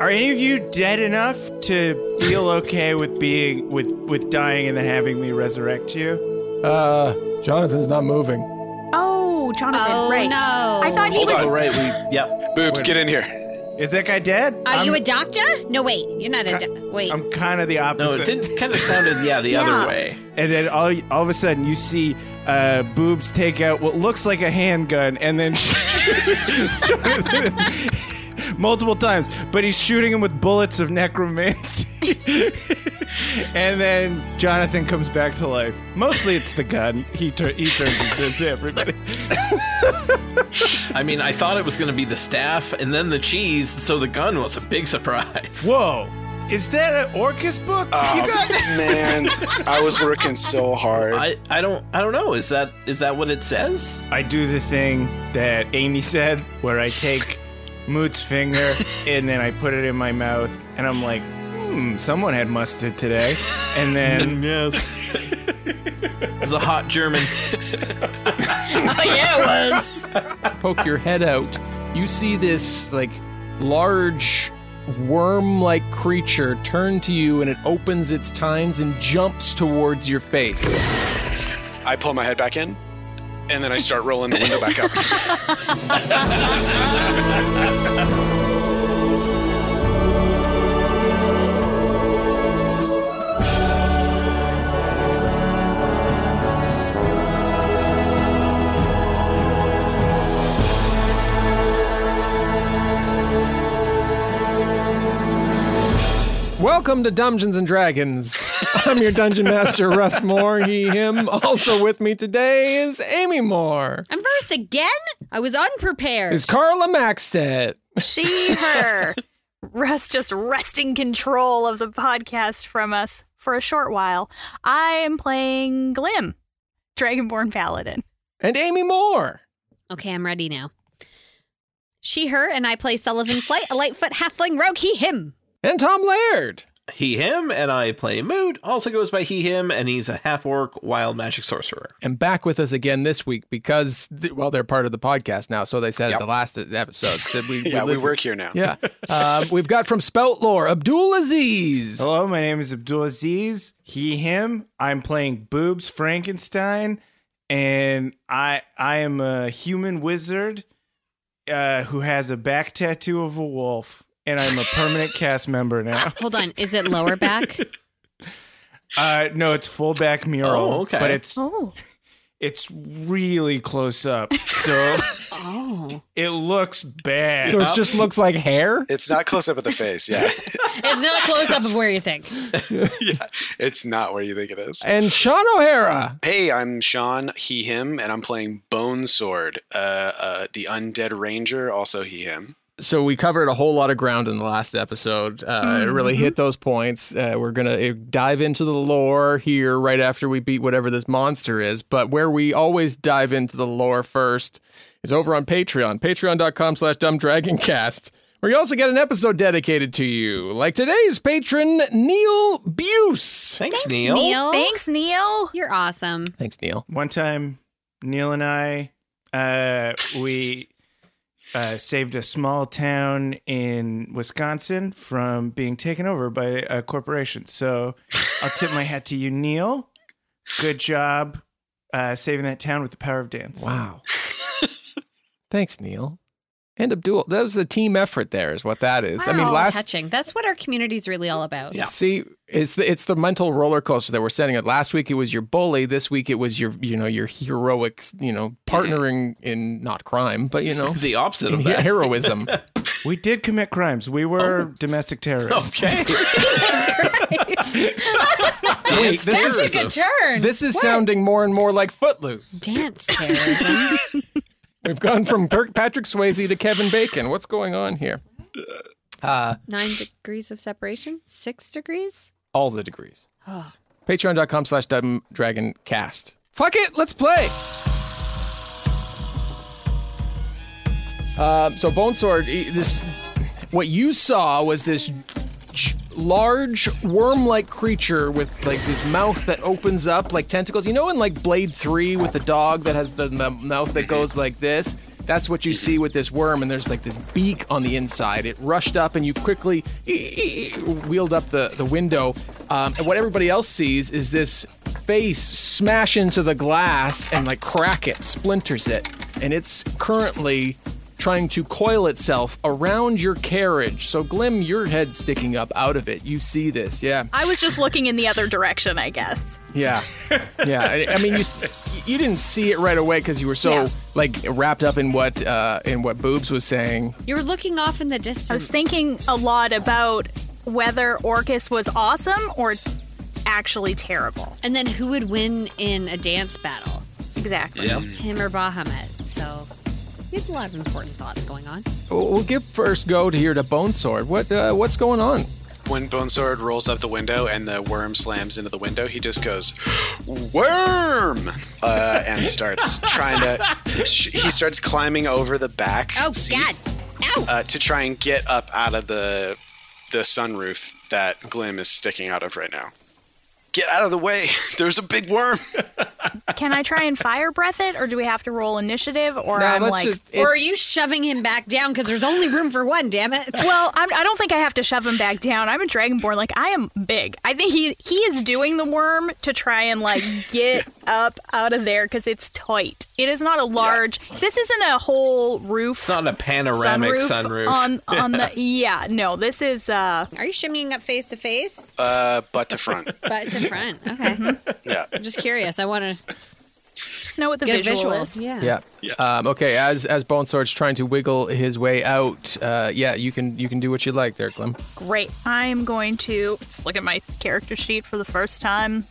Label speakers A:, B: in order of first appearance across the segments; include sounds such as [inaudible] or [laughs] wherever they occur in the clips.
A: Are any of you dead enough to feel okay with being with with dying and then having me resurrect you?
B: Uh, Jonathan's not moving.
C: Oh, Jonathan,
D: Oh,
C: right.
D: no.
C: I thought he
E: Hold
C: was.
E: on.
F: Oh, right. We, yep.
E: Boobs, get in here.
A: Is that guy dead?
D: Are
A: I'm,
D: you a doctor? No, wait. You're not a do- wait.
A: I'm kind of the
F: No,
A: opposite.
F: it did kind of sounded, yeah, the
C: Yeah.
F: other way.
A: and then all all of a sudden you see uh, boobs take out what looks like a handgun and then [laughs] multiple times but he's shooting him with bullets of necromancy [laughs] and then jonathan comes back to life mostly it's the gun he, tur- he turns and says to everybody
F: I mean, I thought it was going to be the staff and then the cheese, so the gun was a big surprise.
A: whoa is that an orcus book
E: Oh,
A: you got
E: man, I was working
A: [laughs]
E: so hard.
F: I, I don't I don't know. Is that is that what it says?
A: I do the thing that Amy said, where I take Moot's [laughs] finger and then I put it in my mouth, and I'm like, hmm, someone had mustard today. And [laughs] then
F: Yes. It's a hot German.
D: [laughs] oh yeah, it was.
B: Poke your head out. You see this like large worm-like creature turn to you and it opens its tines and jumps towards your face.
E: I pull my head back in, and then I start rolling the window
A: [laughs]
E: back up. [laughs]
B: Welcome to Dungeons and
E: [laughs]
B: Dragons. I'm your dungeon master Russ Moore, he him. Also with me today is Amy Moore.
D: I'm first again. I was unprepared.
B: Is Carla Maxted.
C: She, [laughs] her. Russ just wresting control of the podcast from us for a short while. I am playing Glim, Dragonborn Paladin.
B: And Amy Moore.
D: [laughs] okay, I'm ready now. She, her, and I play Sullivan Slight, a lightfoot halfling rogue. He, him.
B: And Tom Laird.
F: He him and I play Mood. Also goes by he him and he's a half orc wild magic sorcerer.
B: and back with us again this week because th- well they're part of the podcast now so they said at
F: Yep.
B: the last episode said we,
E: [laughs] yeah, we
B: live-
E: work here now.
B: yeah um, we've got from spout lore abdul aziz
A: hello, my name is Abdul Aziz. He, him. I'm playing Boobs Frankenstein, and I I am a human wizard uh, who has a back tattoo of a wolf, and I'm a permanent cast member now.
D: Hold on. Is it lower back?
A: Uh, no, it's full back mural,
F: Oh, okay.
A: but it's
C: Oh.
A: it's really close up, so.
D: oh.
A: It looks bad.
B: so it just looks like hair
E: It's not close up at the face.
A: [laughs]
E: Yeah,
D: It's not a close up of where you think.
E: yeah, it's not where you think it is.
B: and sean o'hara
E: Hey, I'm Sean, he, him, and I'm playing Bone Sword, uh, uh, the undead ranger, also he, him.
B: so we covered a whole lot of ground in the last episode uh, it really hit those points uh, we're gonna uh, dive into the lore here right after we beat whatever this monster is but where we always dive into the lore first is over on patreon patreon.com slash dumbdragoncast where you also get an episode dedicated to you like today's patron neil buse
F: Thanks, Neil.
D: Neil,
C: Thanks, Neil.
D: you're awesome.
B: thanks neil
A: One time, Neil and I, uh, we uh, saved a small town in Wisconsin from being taken over by a corporation. So I'll tip my hat to you, Neil. Good job uh, saving that town with the power of dance.
B: wow thanks neil and abdul that was a team effort there is what that is i mean
C: Wow.
B: last
D: Touching. That's what our community's really all about.
F: Yeah.
B: See, it's the it's the mental roller coaster that we're setting it. Last week it was your bully. This week it was your you know your heroic you know partnering in not crime but you
F: [laughs]
B: know
F: It's the opposite
B: in
F: of
B: he-
F: that.
B: heroism.
A: We did commit crimes. We were domestic terrorists.
F: Oh. Okay. Wait,
D: That's a good turn.
B: this is sounding more and more like Footloose.
D: Dance terrorism.
B: We've gone from Kirk Patrick Swayze to Kevin Bacon. What's going on here? Uh,
D: Nine degrees of separation? Six degrees?
B: all the degrees.
D: Oh.
B: Patreon.com slash Dragon Cast. Fuck it, let's play. Um, so Bone Sword, e- this what you saw was this j- large worm-like creature with like this mouth that opens up like tentacles. You know, in like Blade Three with the dog that has the, the mouth that goes like this. That's what you see with this worm, and there's like this beak on the inside. It rushed up, and you quickly e-, wheeled up the the window. Um, and what everybody else sees is this face smash into the glass and like crack it, splinters it, and it's currently trying to coil itself around your carriage. So, Glim, your head sticking up out of it. You see this, yeah,
C: I was just looking in the other direction, I guess. [laughs]
B: yeah, yeah. I, I mean, you s- you didn't see it right away because you were so
C: Yeah.
B: like wrapped up in what uh, in what Boobs was saying.
D: You were looking off in the distance.
C: I was thinking a lot about whether Orcus was awesome or actually terrible.
D: And then who would win in a dance battle?
C: Exactly.
F: Yeah.
D: Him or Bahamut? So we have a lot of important thoughts going on.
B: We'll we'll give first go to here to Bone Sword. What uh, what's going on?
E: When Bonesword rolls up the window and the worm slams into the window, he just goes, "Worm!" Uh, and starts trying
A: [laughs]
E: to. sh- He starts climbing over the back
D: Oh,
E: seat,
D: God. Ow!
E: uh, to try and get up out of the the sunroof that Glim is sticking out of right now. Get out of the way! [laughs] There's a big worm.
C: [laughs] Can I try and fire breath it, or do we have to roll initiative? Or
B: Nah,
C: I'm
B: Uh, let's
C: like,
B: just- it-
D: or are you shoving him back down? Because there's only room for one, damn it.
C: well, I'm, I don't think I have to shove him back down. I'm a dragonborn. Like I am big. I think he he is doing the worm to try
F: [laughs]
C: and like get up out of there because it's tight. It is not a large. This isn't a whole roof.
F: It's not a panoramic sunroof.
C: on
F: [laughs]
C: on the yeah. No, this is uh
D: Are you shimmying up face to face?
E: Uh, butt to front.
D: But to front. Okay.
E: Yeah.
D: I'm just curious. I want to
C: just know what the
D: get a
C: visual
D: visual.
C: is.
D: Yeah.
B: Yeah.
E: Yeah.
B: Um, okay. As as Bone Sword's trying to wiggle his way out, uh, yeah, you can you can do what you like there, Glim.
C: Great. I'm going to just look at my character sheet for the first time.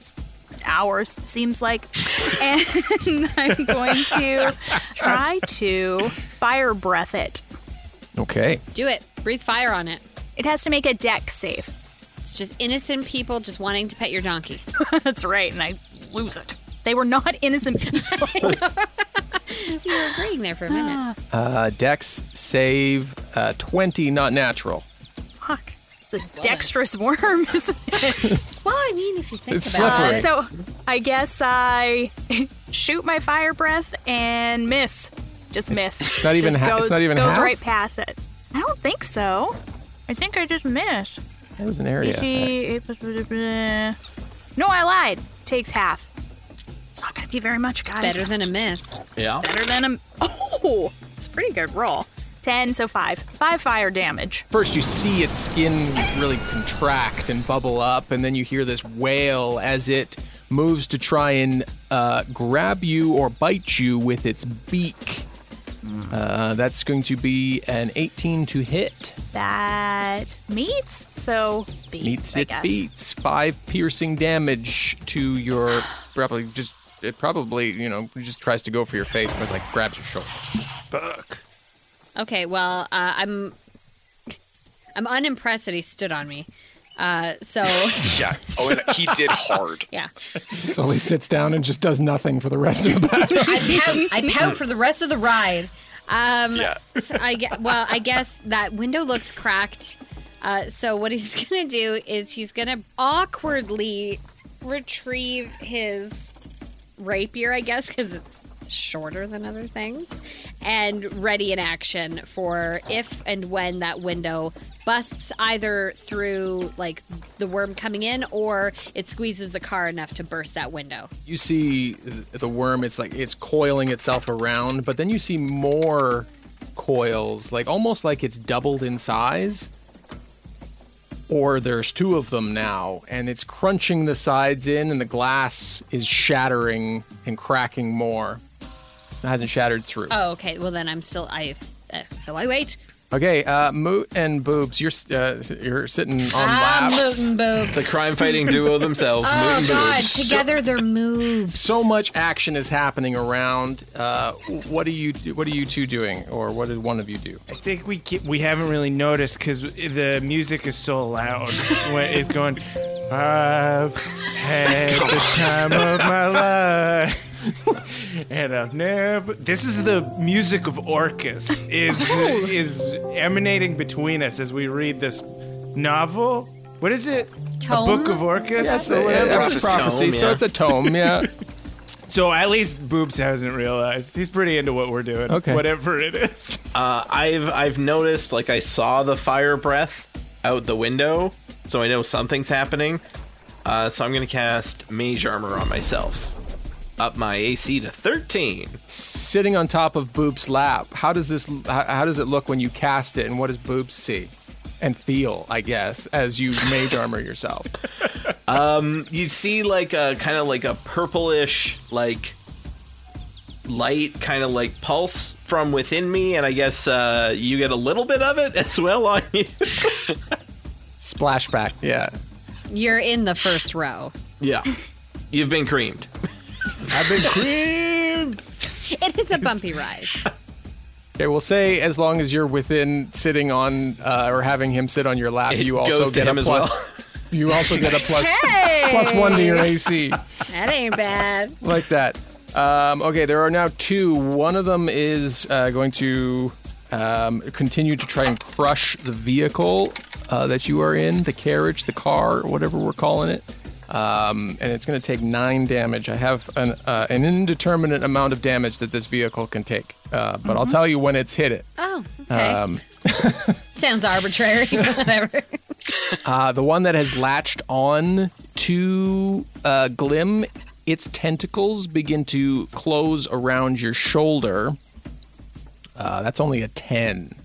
C: Hours, it seems like. [laughs] And I'm going to
D: [laughs]
C: try to fire breath it.
B: Okay.
D: Do it. Breathe fire on it.
C: It has to make a deck save.
D: It's just innocent people just wanting to pet your donkey.
C: That's right, and I lose it. They were not innocent. [laughs] people.
D: You were agreeing there for a minute.
B: Uh, Dex save uh, twenty, not natural.
C: Fuck. It's a dexterous worm, [laughs] isn't it?
D: Well, I mean, if you think
B: It's
D: about
B: slippery.
D: it.
C: Uh, so I guess I [laughs] shoot my fire breath and miss. Just miss.
B: not even
C: Just
B: ha-
C: goes,
B: it's not even
C: goes
B: half?
C: right past it. I don't think so. I think I just missed.
B: That was an area. effect.
C: 88 plus blah, blah, blah. uh, No, I lied. Takes half. It's not gonna be very much, guys.
D: Better than a miss.
F: yeah.
C: better than a. Oh, it's a pretty good roll. Ten, so five. Five fire damage.
B: First, you see its skin really contract and bubble up, and then you hear this wail as it moves to try and uh, grab you or bite you with its beak.
C: Mm.
B: Uh, that's going to be an 18 to hit.
C: That meets. So beats.
B: Meets
C: I
B: it
C: guess.
B: beats. Five piercing damage to
C: [sighs]
B: your probably just it probably you know just tries to go for your face, but like grabs your shoulder.
A: Fuck.
D: Okay, well, uh, I'm I'm unimpressed that he stood on me. Uh, so [laughs]
E: Yeah. Oh, and he did hard.
D: yeah,
B: So he sits down and just does nothing for the rest of the battle.
D: I pout, I pout for the rest of the ride. Um,
E: Yeah.
D: so I gue- well, I guess that window looks cracked. Uh, so what he's [laughs] gonna do is he's gonna awkwardly retrieve his rapier, I guess, because it's shorter than other things, and ready in action for if and when that window busts either through like the worm coming in or it squeezes the car enough to burst that window.
B: you see th- the worm it's like it's coiling itself around but then you see more coils like almost like it's doubled in size or there's two of them now and it's crunching the sides in and the glass is shattering and cracking more it hasn't shattered through
D: Oh, okay. Well, then I'm still I. Uh, eh, so I wait.
B: Okay, uh, Moot and Boobs, you're s- uh, s- you're sitting on
D: Ah,
B: laps.
D: Moot and Boobs.
F: The crime fighting duo themselves.
D: Oh
F: Moot and
D: God!
F: Boobs.
D: Together they're moves.
B: So much action is happening around. Uh, what are you What are you two doing, or what did one of you do?
A: I think we ke- we haven't really noticed because the music is so loud. when it's going. I've had the time of my life, and I've never. This is the music of Orcus is is emanating between us as we read this novel. What is it? A
D: Tome?
A: book of Orcus. or whatever?
B: Prophecy,
F: tome,
B: so
F: yeah.
B: it's a tome.
F: [laughs]
B: Yeah.
A: So at least Boobs hasn't realized. He's pretty into what we're doing.
B: Okay.
A: Whatever it is.
F: Uh, I've I've noticed like I saw the fire breath out the window, so I know something's happening. Uh, so I'm gonna cast mage armor on myself, up my AC to 13.
B: sitting on top of Boob's lap. How does this? How, how does it look when you cast it, and what does Boobs see and feel? I guess as you mage armor yourself.
F: You see like a kind of like a purplish like light kind of like pulse from within me, and I guess uh, you get a little bit of it [laughs] as well on you.
B: Splashback. Yeah,
D: You're in the first row.
F: yeah, you've been creamed.
B: I've been creamed.
D: It is a bumpy ride.
B: Okay, we'll say as long as you're within sitting on uh, or having him sit on your lap,
F: It
B: you
F: goes
B: also
F: to
B: get a
F: him as
B: plus.
F: well.
B: You also
F: [laughs]
B: get a plus
D: Hey,
B: plus one to your AC.
D: that ain't bad.
B: like that. Um, okay, there are now two. One of them is uh, going to um, continue to try and crush the vehicle uh, that you are in, the carriage, the car, whatever we're calling it. Um, and it's going to take nine damage. I have an, uh, an indeterminate amount of damage that this vehicle can take, uh, but I'll tell you when it's hit it.
D: Oh, okay. [laughs] Sounds arbitrary, [laughs] but whatever.
B: Uh, the one that has latched on to uh, Glim, its tentacles begin to close around your shoulder. Uh, that's only a 10.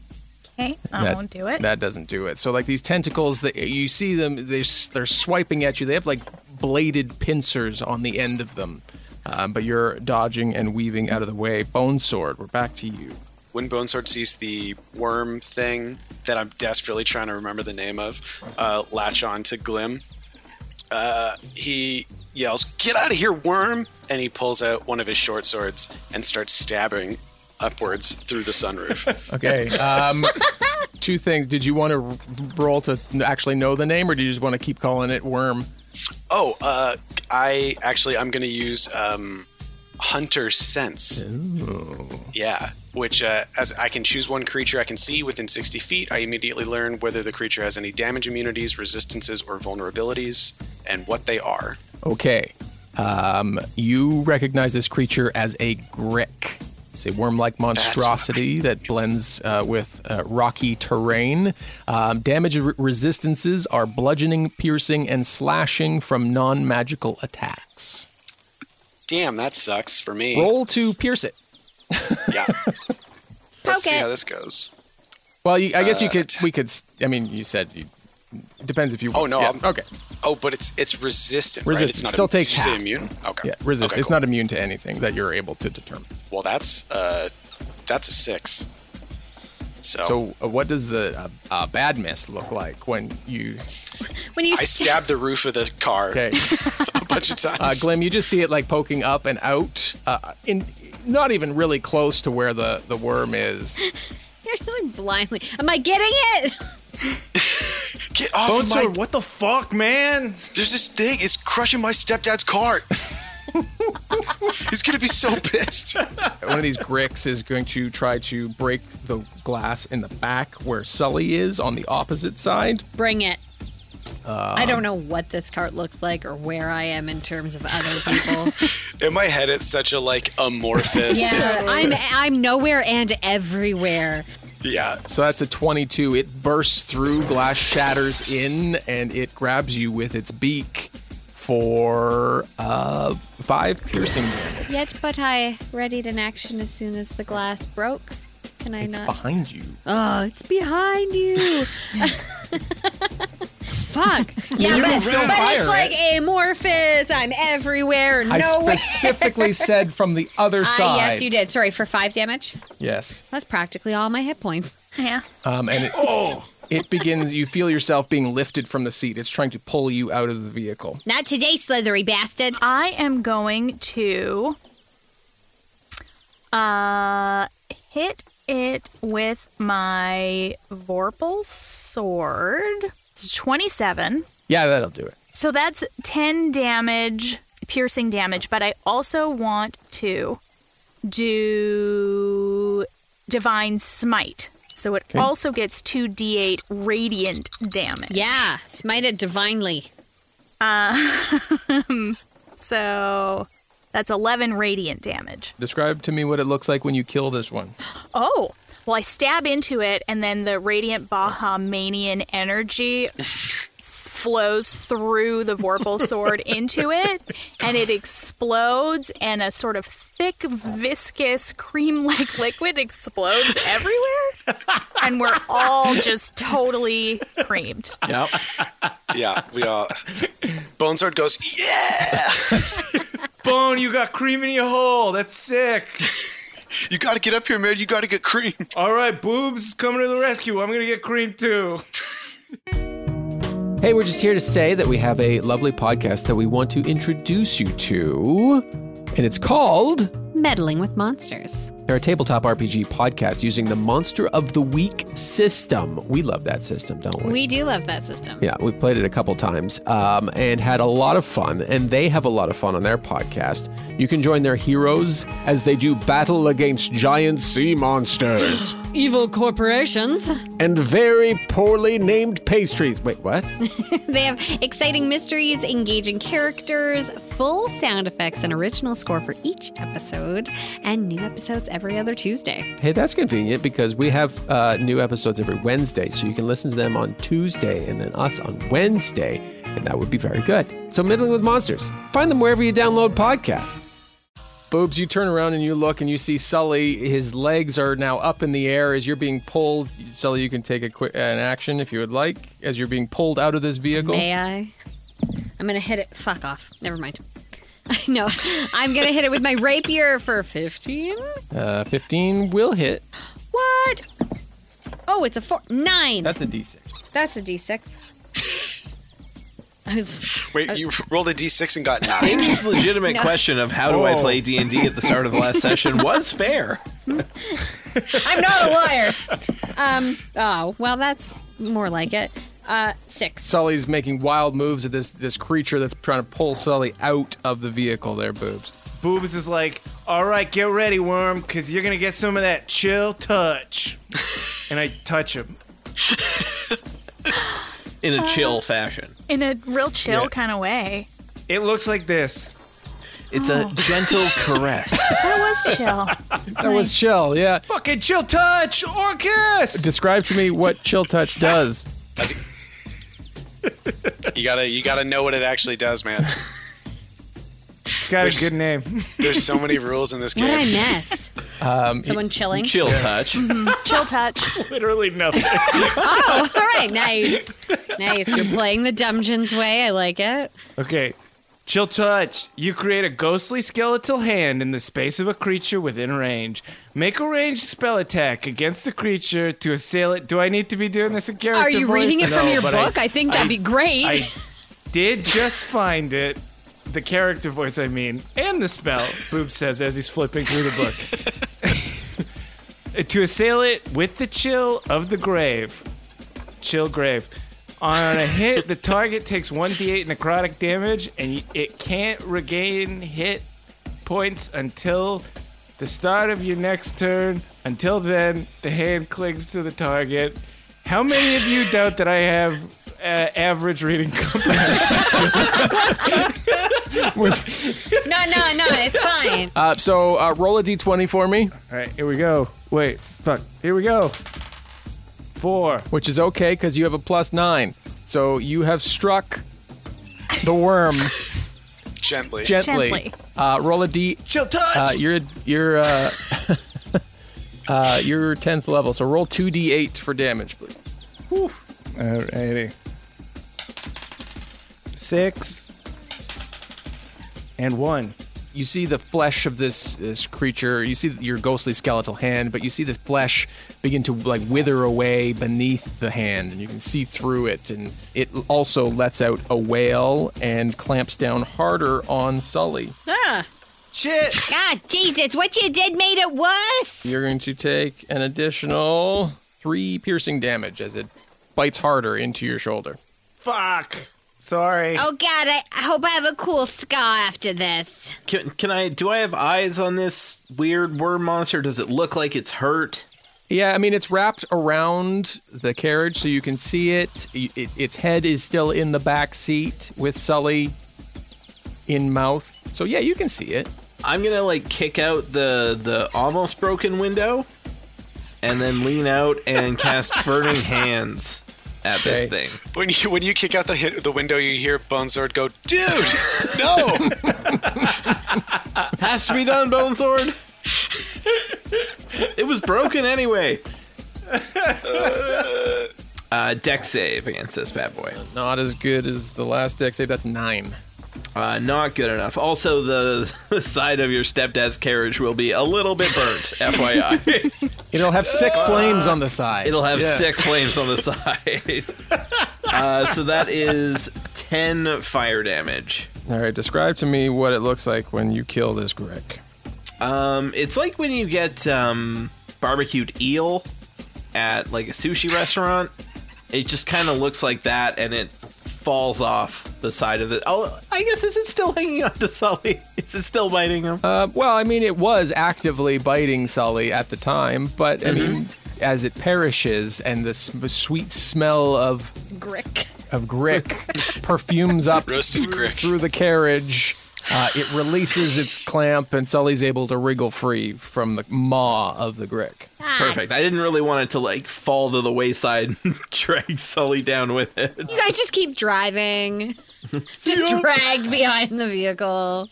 C: Okay, I
B: That-
C: won't do it.
B: That doesn't do it. So, like these tentacles, that you see them, they're, s- they're swiping at you. They have like bladed pincers on the end of them. Um, but you're dodging and weaving out of the way. Bone sword, we're back to you.
E: when Bonesword sees the worm thing that I'm desperately trying to remember the name of, uh, latch on to Glim, uh, he yells, Get out of here, worm! And he pulls out one of his short swords and starts stabbing upwards through the sunroof.
B: [laughs] Okay. Um, two things. Did you want to r- roll to actually know the name, or do you just want to keep calling it Worm?
E: oh, uh, I actually, I'm going to use um, Hunter Sense. Yeah. Which, uh, as I can choose one creature I can see within 60 feet, I immediately learn whether the creature has any damage immunities, resistances, or vulnerabilities, and what they are.
B: Okay. Um, you recognize this creature as a grick. It's a worm like monstrosity that blends uh, with uh, rocky terrain. Um, damage re- resistances are bludgeoning, piercing, and slashing from non magical attacks.
E: Damn, that sucks for me.
B: Roll to pierce it. [laughs]
E: Yeah. Let's see
D: Okay.
E: how this goes.
B: Well, you, I
E: Uh,
B: guess you could. We could. s- I mean, you said. You, depends if you.
E: Oh, no,
B: yeah,
E: I'm-
B: okay.
E: Oh, but it's it's resistant. right?
B: Resistant.
E: It's not
B: Still
E: immune.
B: takes
E: Did you say
B: half.
E: immune? Okay.
B: Yeah. Resist.
E: Okay,
B: it's
E: cool.
B: not immune to anything that you're able to determine.
E: Well, that's uh, that's a six. So,
B: So, uh, what does the uh, uh, bad miss look like when you?
D: When you
E: I
D: st-
E: stabbed the roof of the car
B: Okay,
E: a bunch of times.
B: uh, Glim, you just see it like poking up and out, uh, in not even really close to where the the worm is.
D: [laughs] you're like blindly. Am I getting it?
E: Get off
A: Bone
E: my!
A: sword, what the fuck, man?
E: There's this thing. It's crushing my stepdad's cart. [laughs] He's gonna be so pissed.
B: One of these gricks is going to try to break the glass in the back where Sully is on the opposite side.
D: Bring it. I don't know what this cart looks like or where I am in terms of other people.
E: In my head, it's such a like amorphous.
D: yeah, I'm I'm nowhere and everywhere.
E: yeah.
B: So that's a 22. It bursts through, glass shatters in, and it grabs you with its beak for uh, five piercing damage.
D: Yet, but I readied an action as soon as the glass broke. Can I
B: It's
D: not?
B: behind you.
D: Oh, it's behind you. [laughs] Fuck. Yeah,
B: You
D: but,
B: can still
D: but
B: fire
D: it's like amorphous. I'm everywhere.
B: I
D: no way.
B: specifically said from
D: [laughs]
B: the other
D: Ah,
B: side.
D: yes, you did. Sorry for five damage.
B: Yes.
D: That's practically all my hit points.
C: Yeah.
B: Um, and it, it begins, you feel yourself being lifted from the seat. It's trying to pull you out of the vehicle.
D: Not today, slithery bastard.
C: I am going to uh hit it with my Vorpal sword. It's 27.
B: Yeah, that'll do it.
C: So that's 10 damage, piercing damage, but I also want to do divine smite. So it also gets 2d8 radiant damage.
D: Yeah, smite it divinely.
C: So that's 11 radiant damage.
B: Describe to me what it looks like when you kill this one.
C: Oh, well, I stab into it, and then the radiant Bahamanian energy flows through the Vorpal sword into it, and it explodes, and a sort of thick, viscous, cream like [laughs] liquid explodes everywhere. And we're all just totally creamed.
F: Yep.
E: Yeah, we all. Bonesword goes, yeah!
A: Bone, you got cream in your hole. That's sick.
E: You gotta get up here, man. You gotta get cream.
A: All right, boobs coming to the rescue. I'm gonna get cream too.
B: Hey, we're just here to say that we have a lovely podcast that we want to introduce you to. And it's called
D: Meddling with monsters.
B: They're a tabletop RPG podcast using the Monster of the Week system. We love that system, don't we?
D: We do love that system.
B: Yeah, we played it a couple times um, and had a lot of fun, and they have a lot of fun on their podcast. You can join their heroes as they do battle against giant sea monsters
D: Evil corporations.
B: and very poorly named pastries. Wait, what?
D: They have exciting mysteries, engaging characters, full sound effects, and original score for each episode, and new episodes every other Tuesday.
B: Hey, that's convenient because we have uh, new episodes every Wednesday, so you can listen to them on Tuesday and then us on Wednesday, and that would be very good. So, Middling with Monsters, find them wherever you download podcasts. Boobs, you turn around and you look and you see Sully. His legs are now up in the air as you're being pulled. Sully, you can take a quick an action if you would like as you're being pulled out of this vehicle.
D: May I? I'm gonna hit it. Fuck off. Never mind. [laughs] no, I'm gonna hit it with my rapier for 15.
B: Uh, 15 will hit.
D: What? Oh, it's a four. Nine.
B: That's a d6.
D: That's a d6. [laughs] I was.
E: Wait, you rolled a d6 and got nine.
F: Amy's [laughs] legitimate question of how do I
A: Oh.
F: play D and D at the start of the last session was fair.
D: I'm not a liar. Um. Oh, well, that's more like it. Uh, six.
B: Sully's making wild moves at this this creature that's trying to pull Sully out of the vehicle. There, boobs.
A: Boobs is like, all right, get ready, worm, because you're gonna get some of that chill touch. and I touch him.
F: In a chill fashion.
C: In a real chill
A: Yeah.
C: kind of way.
A: It looks like this.
F: It's a
A: oh.
F: gentle caress.
C: That was chill.
B: That was chill, yeah.
A: Fucking chill touch, Orcus.
B: Describe to me what chill touch does.
E: You gotta, you gotta know what it actually does, man.
A: It's got a
E: There's-
A: good name.
E: There's so many rules in this
D: What
E: game.
D: did I miss? Someone
F: [laughs]
D: chilling.
F: Chill
A: [laughs]
F: touch.
A: Mm-hmm.
C: chill touch.
A: [laughs] Literally nothing.
D: Oh, [laughs] all right, nice, nice. You're playing the dungeons way. I like it.
A: Okay. Chill touch. You create a ghostly skeletal hand in the space of a creature within range. Make a ranged spell attack against the creature to assail it. Do I need to be doing this in character?
D: Are you
A: voice?
D: reading it from
A: No,
D: your
A: but I-
D: book? I, think that'd
A: I-
D: be great.
A: I did just find it. The character voice, I mean, and the spell, Boob says as he's flipping through the book. [laughs] to assail it with the chill of the grave. Chill grave. On a hit, the target takes 1d8 necrotic damage and y- it can't regain hit points until the start of your next turn. Until then, the hand clings to the target. How many of you doubt that I have uh, average reading
D: no, no, no. It's fine.
B: Uh, so uh, roll a d20 for me,
A: [laughs] All right, here we go. Wait, fuck. Here we go. Four.
B: which is okay because you have a plus nine. So you have struck the worm
E: Gently.
B: gently.
C: Gently.
B: Uh, roll a d.
A: Chill touch.
B: Uh, you're you're uh, [laughs] uh, you're tenth level, so roll two d8 for damage, please.
A: Alrighty. Six. and one.
B: you see the flesh of this this creature. You see your ghostly skeletal hand, but you see this flesh begin to like wither away beneath the hand, and you can see through it. And it also lets out a wail and clamps down harder on Sully.
D: Ah,
A: Shit.
D: God, Jesus, what you did made it worse.
B: You're going to take an additional three piercing damage as it bites harder into your shoulder.
A: Fuck. Sorry.
D: Oh, God, I, I hope I have a cool scar after this.
F: Can, can I? Do I have eyes on this weird worm monster? Does it look like it's hurt?
B: Yeah, I mean it's wrapped around the carriage so you can see it. I- it its head is still in the back seat with Sully in mouth. So yeah, you can see it.
F: I'm gonna like kick out the the almost broken window, and then lean out and
A: [laughs]
F: cast burning hands at this
B: Okay.
F: thing.
E: When you when you kick out the hit, the window, you hear Bonezord go, "Dude, no!"
F: Has to be done, Bone Sword. it was broken anyway. Uh, deck save against this bad boy.
B: Not as good as the last deck save. That's nine.
F: Uh, not good enough. Also, the, the side of your stepdad's carriage will be a little bit burnt, [laughs] FYI.
B: It'll have sick flames on the side.
F: It'll have
B: Yeah.
F: sick flames on the side. uh, so that is 10 fire damage.
B: All right, describe to me what it looks like when you kill this Greg.
F: Um, it's like when you get um, barbecued eel at like a sushi restaurant. It just kind of looks like that, and it falls off the side of the. Oh, I guess is it still hanging on to Sully? [laughs] Is it still biting him?
D: Ah.
B: Uh, well, I mean, it was actively biting Sully at the time, but I mean, as it perishes and the s- sweet smell of
D: Grick.
B: of Grick
E: [laughs]
B: perfumes up
E: Roasted
B: through,
E: Grick.
B: through the carriage. Uh, it releases its clamp, and Sully's able to wriggle free from the maw of the Grick.
F: Perfect. I didn't really want it to like fall to the wayside [laughs] and drag Sully down with it.
D: [laughs] You guys just keep driving. just dragged behind the vehicle.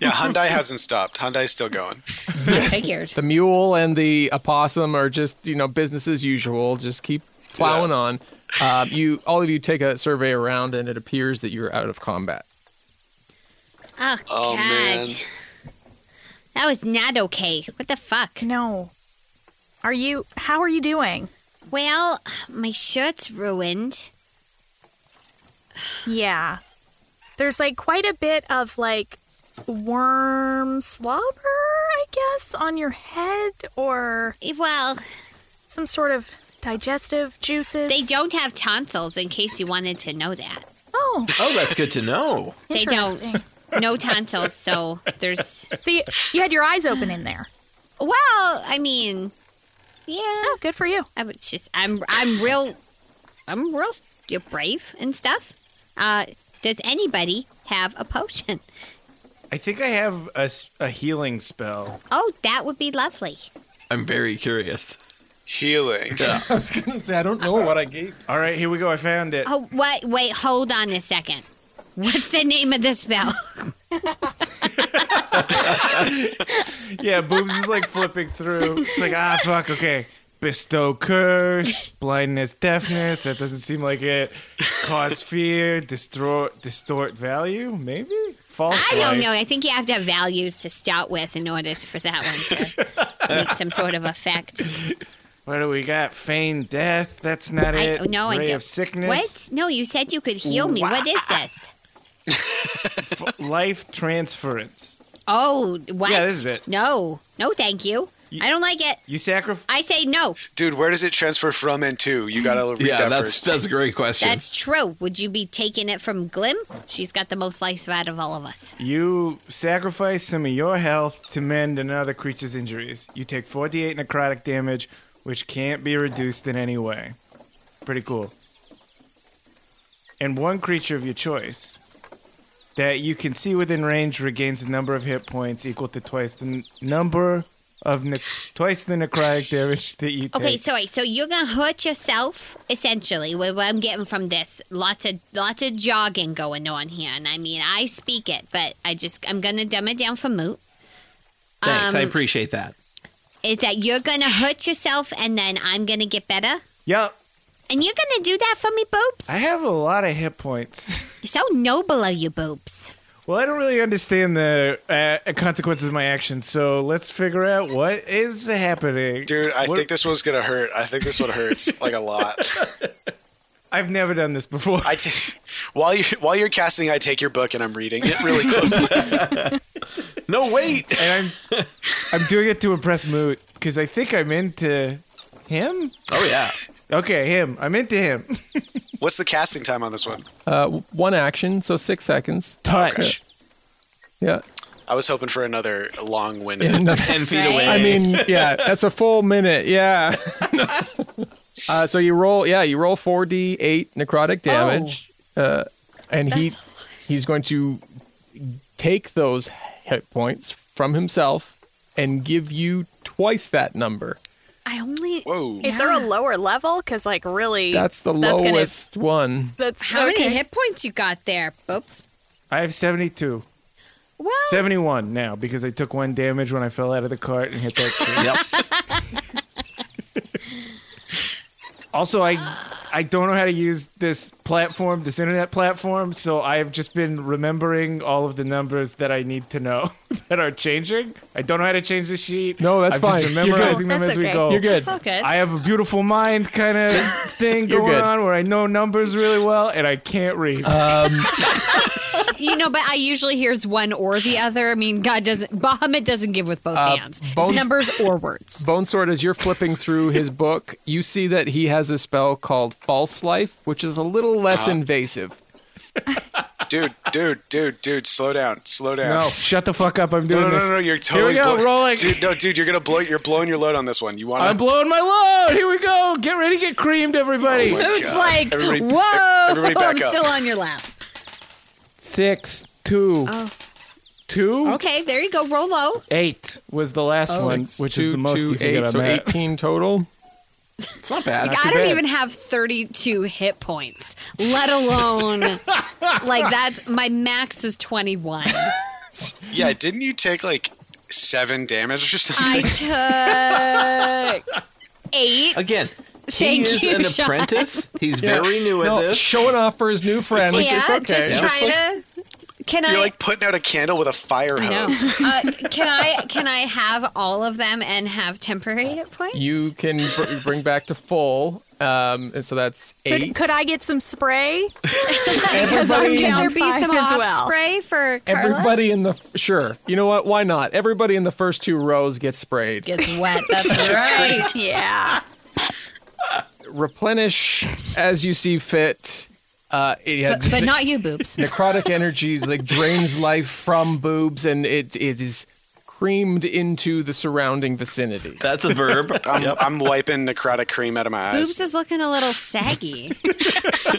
E: yeah, Hyundai hasn't stopped. Hyundai's still going.
D: I figured.
B: The mule and the opossum are just, you know, business as usual. Just keep plowing on. Uh, you, all of you, take a survey around, and it appears that you're out of combat.
D: Oh,
E: Oh
D: God.
E: man,
D: That was not okay. What the fuck?
C: No. Are you? How are you doing?
D: Well, my shirt's ruined.
C: Yeah. There's like quite a bit of like worm slobber, I guess, on your head or
D: Eh, Well,
C: some sort of digestive juices.
D: they don't have tonsils, in case you wanted to know that.
C: Oh,
F: Oh, that's good to know.
D: They don't.
C: interesting.
D: No tonsils, so there's.
C: So you, you had your eyes open in there.
D: Well, I mean, yeah.
C: Oh, good for you.
D: I was just I'm I'm real I'm real you're brave and stuff. Uh does anybody have a potion?
A: I think I have a, s- a healing spell.
D: Oh, that would be lovely.
F: I'm very curious.
E: healing.
B: I was gonna say I don't know what I gave.
A: All right, here we go. I found it.
D: Oh wait wait, hold on a second. What's the name of the spell?
A: Yeah, boobs is like flipping through. It's like ah fuck. Okay, bestow curse, blindness, deafness. That doesn't seem like it. Cause fear, distort, distort value. Maybe false.
D: I don't
A: life.
D: know. I think you have to have values to start with in order for that one to make some sort of effect.
A: What do we got? Feign death. That's not
D: I,
A: it.
D: no,
A: Ray
D: I don't.
A: of sickness.
D: What? No, you said you could heal me. What is this?
A: What? Life transference.
D: Oh, what?
A: Yeah, this is it.
D: No, no, thank you. I don't like it.
A: You sacrifice.
D: I say no.
E: Dude, where does it transfer from and to? You gotta read
F: Yeah,
E: that
F: that's
E: first.
F: that's a great question.
D: That's true. Would you be taking it from Glim? She's got the most life out of all of us.
A: You sacrifice some of your health to mend another creature's injuries. You take 48 necrotic damage, which can't be reduced in any way. Pretty cool. And one creature of your choice that you can see within range regains a number of hit points equal to twice the n- number of ne- twice the necrotic damage that you take.
D: Okay, sorry. So you're gonna hurt yourself essentially. With what I'm getting from this, lots of lots of jogging going on here, and I mean, I speak it, but I just I'm gonna dumb it down for moot.
F: Thanks,
D: um,
F: I appreciate that.
D: Is that you're gonna hurt yourself, and then I'm gonna get better,
A: Yep.
D: and you're gonna do that for me, boobs?
A: I have a lot of hit points. [laughs]
D: so noble of you, boobs.
A: Well, I don't really understand the uh, consequences of my actions, so let's figure out what is happening.
E: Dude, I
A: What-
E: think this one's gonna hurt. I think this one hurts like a lot.
A: I've never done this before.
E: I t- while you while you're casting, I take your book and I'm reading it really closely.
F: No, wait.
A: [laughs] and I'm I'm doing it to impress Moot because I think I'm into him.
F: Oh yeah.
A: Okay, him. I'm into him.
E: What's the casting time on this one?
B: Uh, w- one action, so six seconds.
A: Touch.
E: [laughs]
B: Yeah.
E: I was hoping for another long-winded.
B: No,
F: Ten feet
D: Right.
F: away.
B: I mean, yeah, that's a full minute. Yeah. [laughs] uh, so you roll, yeah, you roll 4d8 necrotic damage, uh, and he he's going to take those hit points from himself and give you twice that number.
D: I only.
E: Whoa!
C: Is there a lower level? Because like really,
B: That's the
C: gonna-
B: lowest one.
C: that's
D: How
C: okay.
D: many hit points you got there? Oops.
A: I have 72.
D: Well,
A: 71 now because I took one damage when I fell out of the cart and hit that.
F: yep.
A: also, I I don't know how to use this platform, this internet platform, so I've just been remembering all of the numbers that I need to know [laughs] that are changing. I don't know how to change the sheet.
B: No, that's
A: I'm Just
B: fine. You're good.
A: memorizing them
C: That's
A: as we
C: okay.
A: go.
B: You're good.
D: it's all good.
A: I have a beautiful mind kind [laughs] of thing
B: You're
A: going
B: good.
A: on where I know numbers really well and I can't read.
D: you know, but I usually hear it's one or the other. I mean, God doesn't. Bahamut doesn't give with both hands.
B: both-
D: It's numbers or
B: [laughs]
D: words.
B: Bonesword, as you're flipping through [laughs] his book, you see that he has a spell called False Life, which is a little less invasive.
E: Dude, dude, dude, dude! Slow down, slow down.
A: no, shut the fuck up. I'm
E: No,
A: doing
E: no, no,
A: this.
E: no, You're totally
A: Here we go,
E: blow-
A: rolling.
E: Dude, no, dude, you're gonna blow. You're blowing your load on this one. You want?
A: I'm blowing my load. Here we go. Get ready to get creamed, everybody.
E: Oh my-
D: It's
E: God.
D: like,
E: Everybody-
D: whoa!
E: everybody back
D: I'm
E: up.
D: still on your lap.
A: Six, two,
D: Oh.
A: two,
D: Okay, there you go. Roll low.
A: eight was the last
C: Oh.
A: one,
B: Six,
A: which is
B: two,
A: the most
B: two,
A: you can
B: eight,
A: get on
B: so
A: that.
B: 18 total.
F: It's not bad.
D: I
A: too
D: don't
A: bad.
D: even have 32 hit points, let alone like that's my max is 21.
E: yeah, didn't you take like seven damage or something?
D: I took eight.
F: Again, he
D: Thank
F: is
D: you,
F: an
D: Sean.
F: apprentice. He's very new at
B: No,
F: this.
B: showing off for his new friend.
D: yeah,
B: it's okay.
D: just
E: Yeah.
D: trying to. Can I?
E: You're like putting out a candle with a fire
D: I know.
E: hose.
D: Uh, can I? Can I have all of them and have temporary hit points?
B: you can br- bring back to full, um, and so that's eight.
C: Could, could I get some spray?
B: everybody,
D: Could
C: down
D: there be
C: five
D: some
C: as
D: off
C: well.
D: spray for Carla?
B: everybody in the sure. You know what? Why not? Everybody in the first two rows gets sprayed.
D: [laughs] gets wet. That's right.
C: Yeah.
B: Replenish as you see fit. Uh, it, yeah,
D: But, but not you, [laughs]
B: [laughs]
D: boobs.
B: necrotic energy like drains life from boobs, and it it is creamed into the surrounding vicinity.
F: That's a
B: [laughs]
F: verb.
E: I'm, I'm wiping necrotic cream out of my eyes.
D: Boobs is looking a little saggy.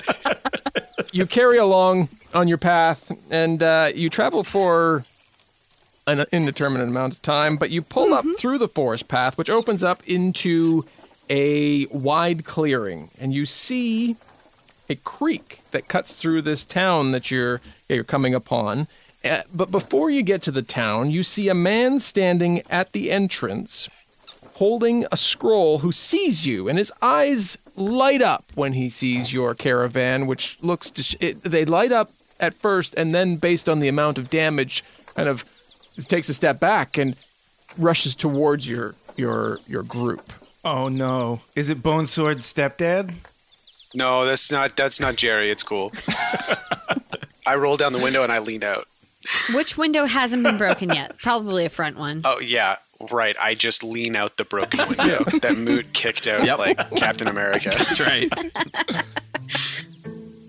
D: [laughs]
B: you carry along on your path and uh, you travel for an indeterminate amount of time, but you pull up through the forest path, which opens up into a wide clearing, and you see a creek that cuts through this town that you're you're coming upon. Uh, but before you get to the town, you see a man standing at the entrance holding a scroll who sees you, and his eyes light up when he sees your caravan, which looks dis- it, they light up at first, and then based on the amount of damage, kind of takes a step back and rushes towards your your your group.
A: Oh no! Is it Bone Sword's stepdad?
E: No, that's not. That's not Jerry.
B: [laughs]
E: It's cool. I roll down the window and I lean out.
D: Which window hasn't been broken yet? Probably a front one.
E: Oh yeah, right. I just lean out the broken window that Moot kicked out
F: Yep.
E: like
B: [laughs]
E: Captain America.
F: That's right.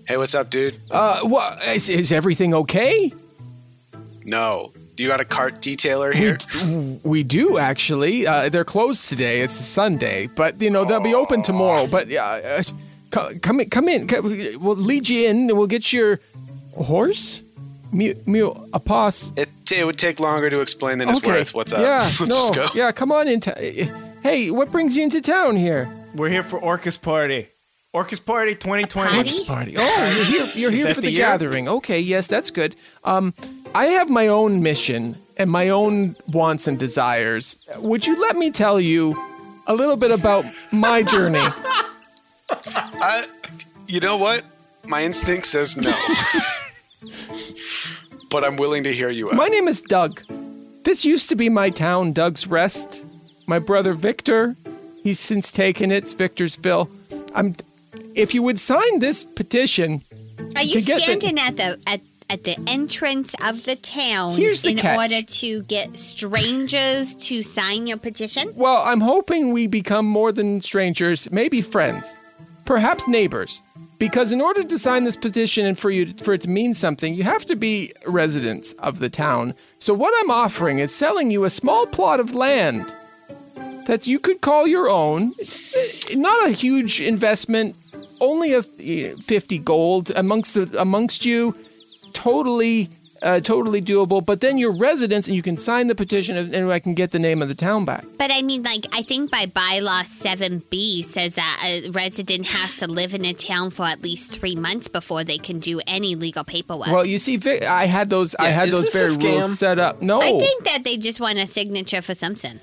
E: hey, what's up, dude?
B: Uh, wha is is everything okay?
E: No, do you got a cart detailer here?
B: We do actually. Uh, they're closed today. It's Sunday, but you know they'll be open tomorrow. But uh, uh, co- come in, come in. Co- We'll lead you in. and We'll get your horse, mule, mule a pos.
E: It, it would take longer to explain than it's worth. What's up?
B: Yeah,
E: [laughs] Let's
B: no,
E: just go.
B: yeah. Come on in. hey, what brings you into town here?
A: We're here for Orcus Party. Orcus Party 2020.
D: Party?
A: Orcus Party.
B: Oh, you're here, you're here
A: that
B: for
A: the
B: the
A: year?
B: gathering. Okay, yes, that's good. Um, I have my own mission and my own wants and desires. Would you let me tell you a little bit about my journey? [laughs]
E: I, you know what? My instinct says no. but I'm willing to hear you out.
B: My name is Doug. This used to be my town, Doug's Rest. My brother Victor, he's since taken it. It's Victorsville. I'm. If you would sign this petition,
D: Are you
B: To get the-
D: standing at the at, at the entrance of the town
B: Here's the
D: in
B: catch.
D: order to get strangers to sign your petition?
B: well, I'm hoping we become more than strangers, maybe friends, perhaps neighbors. Because in order to sign this petition and for you for it to mean something, you have to be residents of the town. So what I'm offering is selling you a small plot of land that you could call your own. It's uh, not a huge investment, only a eh, 50 gold amongst the amongst you, totally uh, totally doable. But then you're residents and you can sign the petition and- and I can get the name of the town back.
D: But I mean, like, I think by bylaw 7B says that a resident has to live in a town for at least three months before they can do any legal paperwork.
B: Well, you see, Vic, I had those. I
F: Yeah,
B: had
F: is
B: those
F: this a
B: very
F: scam?
B: rules set up. No,
D: I think that they just want a signature for something.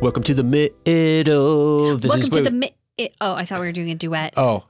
B: Welcome to the middle. This
D: Welcome to the. Mi- it- oh, I thought we were doing a duet.
B: oh,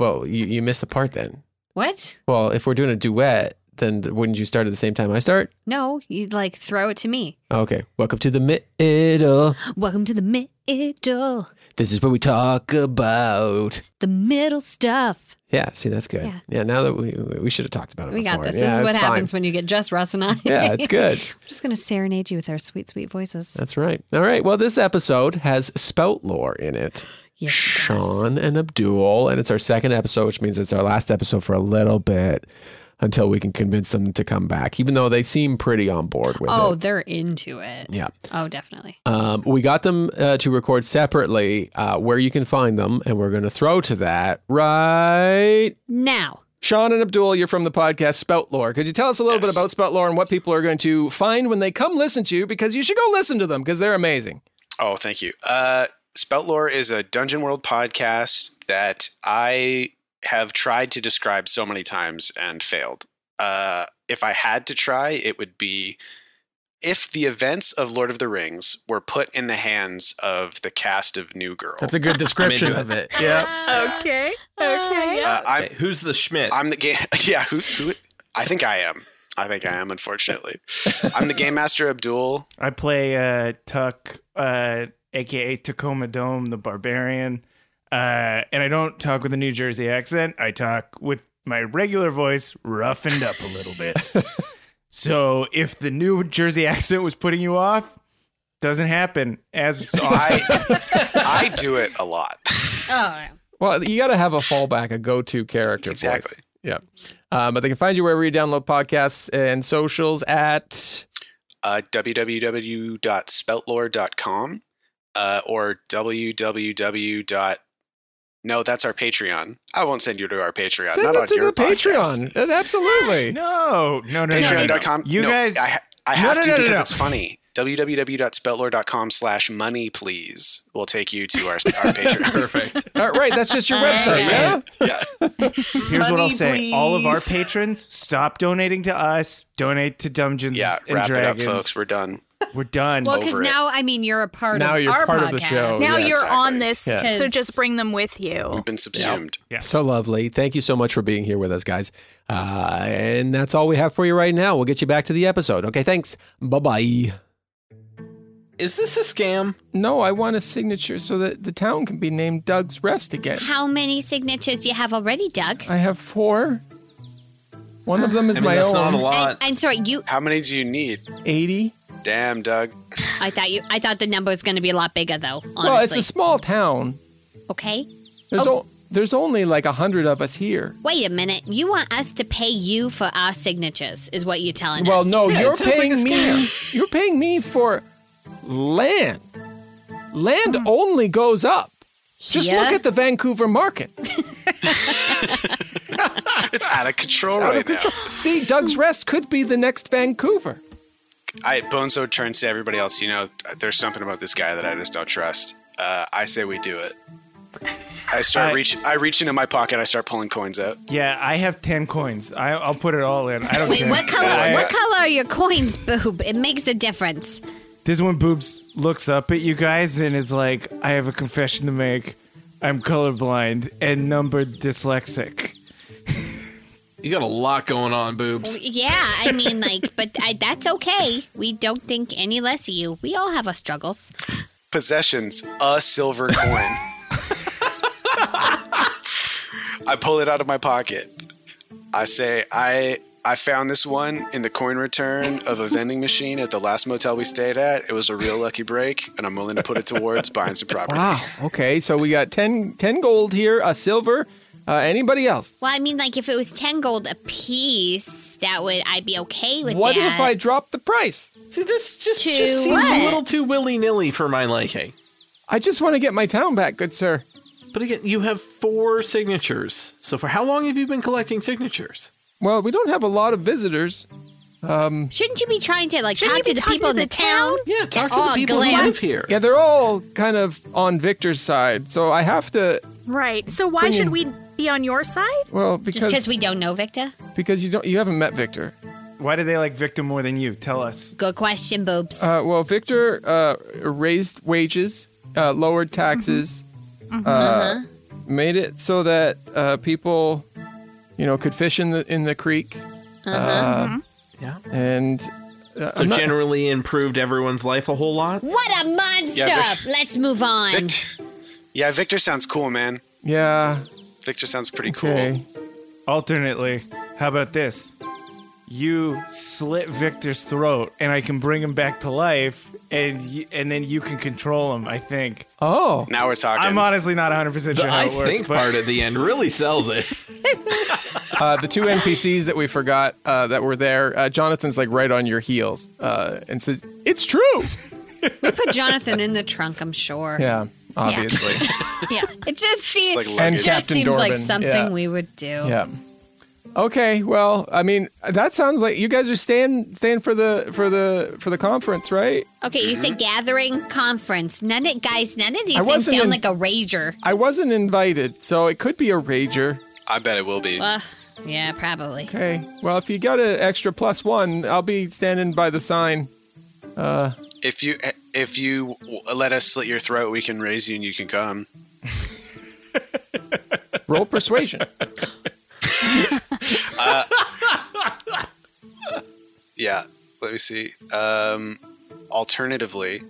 B: well, you, you missed the part then.
D: What?
B: Well, if we're doing a duet, then wouldn't you start at the same time I start?
D: No, you like throw it to me.
B: Okay. Welcome to the middle.
D: Welcome to the middle,
B: This is what we talk about.
D: the middle stuff.
B: Yeah. See, that's good.
D: Yeah.
B: Yeah. now that we we should have talked about it.
D: We got
B: before.
D: this.
B: Yeah,
D: this is what
B: it's fine.
D: happens when you get just Russ and I.
B: Yeah,
D: [laughs]
B: it's good.
D: We're just gonna serenade you with our sweet, sweet voices.
B: That's right. All right. Well, this episode has spout lore in it.
D: Yes, it does.
B: Sean and Abdul, and it's our second episode, which means it's our last episode for a little bit until we can convince them to come back. Even though they seem pretty on board with
D: Oh,
B: it.
D: they're into it.
B: Yeah.
D: Oh, definitely.
B: Um, we got them uh, to record separately uh, where you can find them, and we're going to throw to that right
D: Now,
B: Sean and Abdul, you're from the podcast Spout Lore. Could you tell us a little bit about Spout Lore and what people are going to find when they come listen to you? Because you should go listen to them because they're amazing.
E: Oh, thank you. Uh, Spout Lore is a Dungeon World podcast that I have tried to describe so many times and failed. Uh, if I had to try, it would be if the events of Lord of the Rings were put in the hands of the cast of New Girl. Uh,
B: That's a
D: [laughs]
B: good description of it. Yeah.
C: [laughs] Okay. Okay.
E: uh, I'm,
F: Okay, who's the Schmidt?
E: I'm the game. [laughs] Yeah, who, who? I think I am. I think I
B: [laughs]
E: am. Unfortunately, I'm the game master Abdul.
A: I play uh, Tuck, uh, aka Tacoma Dome, the barbarian. Uh, and I don't talk with a New Jersey accent. I talk with my regular voice, roughened up a little
B: [laughs]
A: bit. so if the New Jersey accent was putting you off, doesn't happen. As
E: Oh, I I do it a lot. [laughs]
B: Uh,
D: oh,
B: Well, you got to have a fallback, a go-to character. voice.
E: Exactly.
B: Yeah. Um, but they can find you wherever you download podcasts and socials at.
E: uh, www.spoutlore.com uh, or www. dot- No, that's our Patreon. I won't send you to our Patreon.
B: Send
E: not
B: it
E: on
B: to
E: your
B: the
E: podcast.
B: Patreon. Uh, Absolutely.
A: [laughs] no, no, no, no, no, no.
E: Patreon.com.
A: You
E: no,
A: guys-
E: I, ha- I
A: No,
E: have
A: no,
E: to
A: no, no,
E: because
A: no.
E: it's funny. www.spoutlore.com slash money, please, will take you to our, our Patreon.
F: [laughs] Perfect.
B: All right, that's just your website. Yeah.
E: yeah.
A: Here's what I'll say: all of our patrons, stop donating to us. Donate to Dungeons
E: Yeah.
A: and
E: Wrap
A: Dragons.
E: it up, folks. We're done.
A: We're done.
D: well, because
E: over it.
D: now I mean you're a part
B: Now
D: of
B: you're
D: our
B: part
D: podcast.
B: of the show.
C: Now
E: Yeah,
C: you're
E: exactly.
C: on this,
B: Yeah.
C: so just bring them with you.
E: We've been subsumed.
B: So lovely. Thank you so much for being here with us, guys. Uh, and that's all we have for you right now. We'll get you back to the episode. Okay, thanks. Bye bye.
F: Is this a scam?
B: No, I want a signature so that the town can be named Doug's Rest again.
D: How many signatures do you have already, Doug?
B: I have four. One of them is
F: I mean,
B: my
F: that's not a
B: own.
F: lot.
D: I, am sorry, you.
E: How many do you need?
B: 80.
E: Damn, Doug.
D: I thought you. I thought the number was going to be a lot bigger, though. Honestly.
B: Well, it's a small town.
D: okay.
B: There's, o- there's only like a hundred of us here.
D: Wait a minute. You want us to pay you for our signatures? Is what you're telling
B: Well,
D: us?
B: no,
F: Yeah, it
B: you're
F: [laughs] sounds like
B: paying
F: a
B: me. You're paying me for land. Land
F: Hmm.
B: only goes up. Just
D: Yeah.
B: look at the Vancouver market.
E: It's out of control
B: Out
E: right
B: of control. See,
F: Hmm.
B: Doug's Rest could be the next Vancouver.
E: now. I Bonzo turns to everybody else. You know, there's something about this guy that I just don't trust. Uh, I say we do it. I start
A: I-
E: reach. I reach into my pocket. I start pulling coins out.
A: Yeah, I have ten coins. I, I'll put it all in. I don't
D: Wait,
A: care.
D: what color?
A: I-
D: What color are your coins, boob? It makes a difference.
A: This is when Boobs looks up at you guys and is like, I have a confession to make. I'm colorblind and number dyslexic.
F: You got a lot going on, boobs.
D: Yeah, I mean, like, but I, that's okay. We don't think any less of you. We all have our struggles.
E: Possessions, a silver coin. I pull it out of my pocket. I say, I I found this one in the coin return of a vending machine at the last motel we stayed at. It was a real lucky break, and I'm willing to put it towards buying some property.
B: Wow. Okay. So we got 10, 10 gold here, a silver. Uh, anybody else?
D: Well, I mean, like, if it was ten gold a piece, that would I'd be okay with
B: What
D: that.
B: if I drop the price?
F: See, this just,
D: To
F: just seems
D: what?
F: a little too willy nilly for my liking.
B: I just want to get my town back, good sir.
F: But again, you have four signatures. So for how long have you been collecting signatures?
B: Well, we don't have a lot of visitors.
D: Shouldn't you be trying to like talk
C: Shouldn't you
D: to
C: be
D: the
C: talking
D: people
C: to
D: in the
C: the town?
D: town?
F: Yeah, talk to
D: oh,
F: the people
D: glam.
F: who live here.
B: Yeah, they're all kind of on Victor's side, so I have to.
C: Right. So why
B: Bring
C: should
B: him.
C: we be on your side?
D: Uh,
B: Well, because
D: Just because we don't know, Victor.
B: because you don't you haven't met Victor.
A: Why do they like Victor more than you? Tell us.
D: Good question, boobs.
B: Uh, well, Victor uh, raised wages, uh, lowered taxes, Uh, made it so that uh, people, you know, could fish in the in the creek,
D: Uh-huh.
B: Uh,
D: Mm-hmm.
F: Yeah.
B: and uh,
F: So
B: I'm not-
F: generally improved everyone's life a whole lot.
D: what a monster!
E: Yeah, Vic-
D: Let's move on.
E: Vict- yeah, Victor sounds cool, man.
B: yeah,
E: Victor sounds pretty cool.
B: okay.
A: Alternately, how about this? You slit Victor's throat, and I can bring him back to life, and y- and then you can control him. I think.
B: Oh,
E: Now we're talking.
A: I'm uh, honestly not 100 percent
F: The
A: sure how
F: I
A: it works.
F: think
A: but
F: part at the end really
B: [laughs]
F: sells it.
B: uh, the two NPCs that we forgot uh, that were there. Uh, Jonathan's like right on your heels uh, and says, "It's true."
D: We put Jonathan in the trunk, I'm sure.
B: Yeah, [laughs] obviously.
D: Yeah. It just seems
E: like
B: and
E: luggage.
D: just
B: Captain
D: seems like
B: Dorban,
D: something
B: yeah.
D: we would do.
B: Yeah. Okay. Well, I mean, that sounds like you guys are staying staying for the for the for the conference, right?
D: Okay, you
E: Mm-hmm.
D: said gathering conference. None of guys, none of these
B: I
D: things
B: wasn't
D: sound
B: in-
D: like a rager.
B: I wasn't invited, so it could be a rager.
E: I bet it will be.
D: Ugh, yeah,
B: [laughs]
D: probably.
B: Okay. Well, if you got an extra plus one, I'll be standing by the sign.
E: If you if you w- let us slit your throat, we can raise you and you can come.
B: Roll persuasion.
E: Yeah. Let me see. Um, alternatively,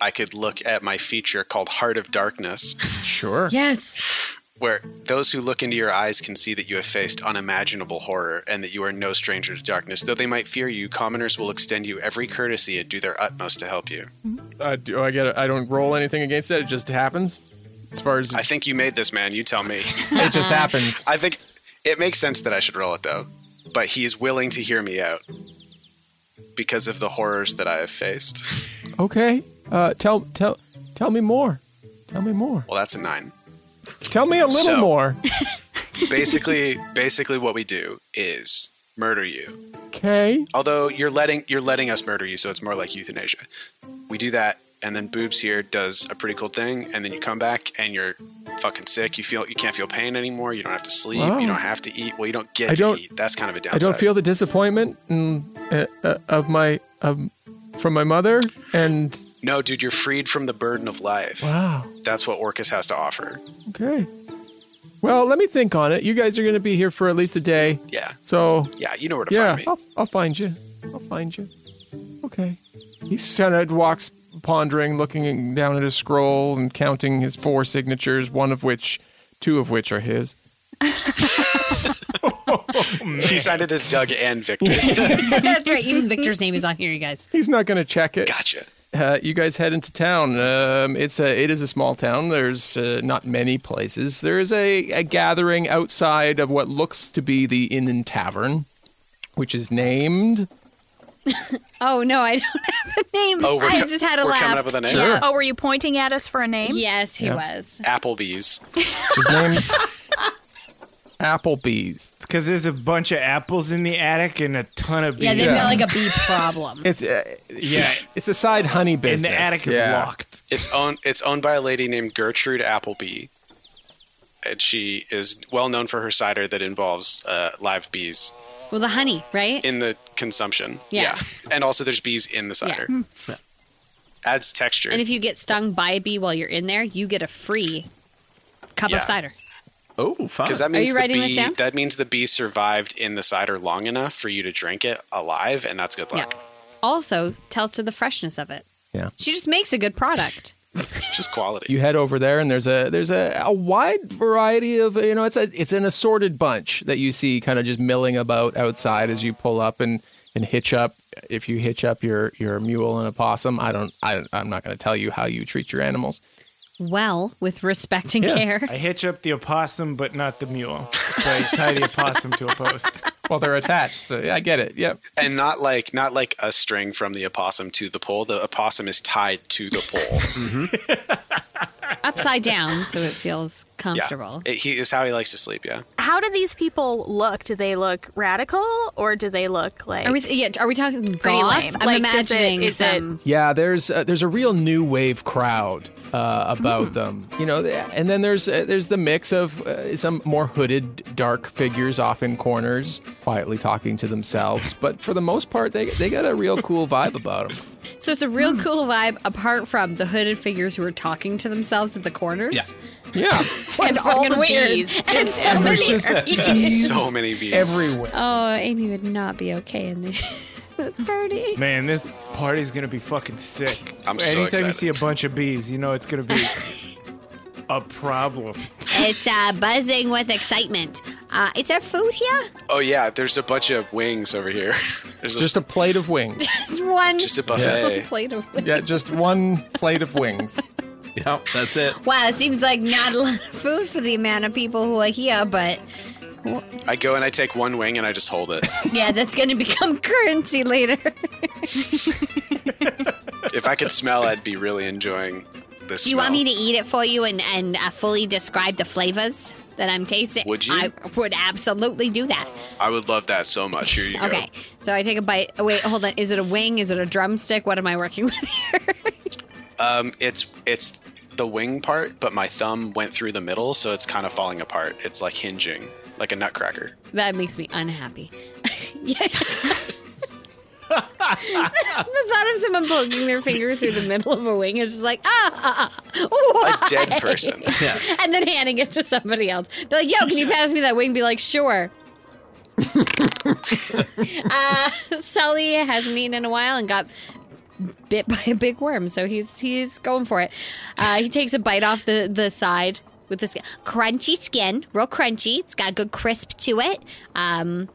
E: I could look at my feature called Heart of Darkness,
B: sure.
D: Yes.
E: where those who look into your eyes can see that you have faced unimaginable horror and that you are no stranger to darkness. Though they might fear you, commoners will extend you every courtesy and do their utmost to help you.
B: Uh, do I get? A, I don't roll anything against it. It just happens. As far as
E: I think you made this, man. You tell me.
B: it just happens.
E: I think it makes sense that I should roll it though, but he is willing to hear me out because of the horrors that I have faced. [laughs]
B: Okay. Uh, tell tell tell me more. Tell me more.
E: Well, that's a nine.
B: Tell me a little
E: So-
B: more.
E: basically, basically, what we do is murder you.
B: [laughs] Okay.
E: Although you're letting you're letting us murder you, so it's more like euthanasia. We do that, and then Boobs here does a pretty cool thing, and then you come back and you're fucking sick. You feel you can't feel pain anymore. You don't have to sleep.
B: Wow.
E: You don't have to eat. Well, you don't get
B: I
E: to
B: don't-
E: eat. That's kind of a
B: I
E: downside.
B: don't feel the disappointment mm, uh, uh, of my of, from my mother, and
E: No, dude, you're freed from the burden of life.
B: wow,
E: That's what Orcus has to offer.
B: okay. Well, let me think on it. You guys are going to be here for at least a day,
E: Yeah,
B: so
E: yeah, you know where to
B: yeah,
E: find me.
B: I'll, I'll find you. I'll find you. Okay. He kind of walks, pondering, looking down at his scroll and counting his four signatures, one of which, two of which are his.
E: He signed it as Doug and Victor.
D: That's right. Even Victor's name is on here, you guys.
B: He's not going to check it.
E: gotcha.
B: uh, you guys head into town. Um, it's a it is a small town. There's uh, not many places. There is a, a gathering outside of what looks to be the Inn and Tavern, which is named.
D: Oh no, I don't [laughs] have a name.
E: Oh, we're
D: I
E: co-
D: just had a
E: we're
D: laugh.
E: coming up with a name.
D: Yeah.
C: Oh, were you pointing at us for a name?
D: Yes, he was.
E: Applebee's.
B: Which is named Applebee's.
A: because there's a bunch of apples in the attic and a ton of bees.
D: Yeah, they've
B: Yeah.
D: got like a bee problem.
B: [laughs] It's uh,
A: yeah.
B: it's a side honey
A: and
B: business.
A: the attic is
B: Yeah.
A: locked.
E: It's owned it's owned by a lady named Gertrude Appleby, and she is well known for her cider that involves uh, live bees
D: well, the honey, right?
E: in the consumption.
D: Yeah. Hmm.
E: and also there's bees in the cider. adds texture.
D: And if you get stung by a bee while you're in there, you get a free cup
E: Yeah.
D: of cider.
F: Oh, fun.
E: because that means
D: you
E: the
D: writing this
E: bee
D: down?
E: that means the bee survived in the cider long enough for you to drink it alive, and that's good luck.
D: Yeah. Also, tells to the freshness of it.
B: Yeah.
D: She just makes a good product.
E: It's Just quality.
B: you head over there and there's a there's a, a wide variety of you know it's a it's an assorted bunch that you see kind of just milling about outside as you pull up and and hitch up if you hitch up your your mule and a possum i don't I, i'm not going to tell you how you treat your animals
D: Well, with respect and
B: Yeah.
D: care.
A: I hitch up the opossum, but not the mule. So I tie the opossum to a post.
B: well they're attached so yeah, i get it yep
E: and not like not like a string from the opossum to the pole. The opossum is tied to the
D: [laughs]
E: pole.
D: Upside down so it feels
E: yeah,
D: comfortable.
E: it, he is how he likes to sleep. Yeah,
C: How do these people look? Do they look radical or do they look like
D: Are we, yeah, are we talking goth?
C: lame.
D: I'm
C: Like, does it-
D: imagining
C: is it-
D: some.
B: Yeah, there's uh, there's a real new wave crowd uh, about them, you know. th- And then there's uh, there's the mix of uh, some more hooded, dark figures off in corners, quietly talking to themselves. But for the most part, they they got a real cool vibe about [laughs] them.
D: So it's a real cool vibe apart from the hooded figures who are talking to themselves at the corners. [laughs] Yeah.
B: Yeah,
C: and all
D: fucking
C: the
D: weird.
C: bees?
D: [laughs] And
C: Just
D: so
C: every-
D: many-
B: there's just that
E: so many bees
B: everywhere.
D: Oh, Amy would not be okay in this, [laughs] this party.
A: Man, this party's gonna be fucking sick.
E: I'm so
A: Anytime you
E: excited.
A: see a bunch of bees, you know it's
B: [laughs]
A: gonna be a problem.
D: It's uh, buzzing with excitement. Uh, is there food here?
E: Oh yeah, there's a bunch of wings over here. [laughs] There's
B: Just a plate of wings.
D: Just one
E: just a
D: just
E: buffet.
D: a plate of
B: Yeah, just one plate of
D: [laughs]
B: wings.
F: Yep, that's it.
D: Wow, it seems like not a lot of food for the amount of people who are here, but
E: I go and I take one wing and I just
B: [laughs]
E: hold it.
D: yeah, that's going to become [laughs] currency later.
E: if I could smell, I'd be really enjoying this.
D: Do you want me to eat it for you and, and uh, fully describe the flavors that I'm tasting?
E: Would you?
D: I would absolutely do that.
E: I would love that so much. Here you go.
D: Okay, so I take a bite. Oh, wait, hold on. Is it a wing? Is it a drumstick? What am I working [laughs] with here?
E: Um, it's it's the wing part, but my thumb went through the middle, so it's kind of falling apart. It's like hinging, like a nutcracker.
D: that makes me
E: [laughs]
D: unhappy. Yeah. the thought of someone poking their finger through the middle of a wing is just like, ah, ah, ah. Why?
E: A dead person.
D: and then handing it to somebody else. Be like, yo, can you pass me that wing? Be
E: [laughs]
D: like, sure. uh, Sully hasn't eaten in a while and got bit by a big worm, so he's he's going for it. Uh, he takes a bite off the the side with this crunchy skin, real crunchy. It's got good crisp to it. Um,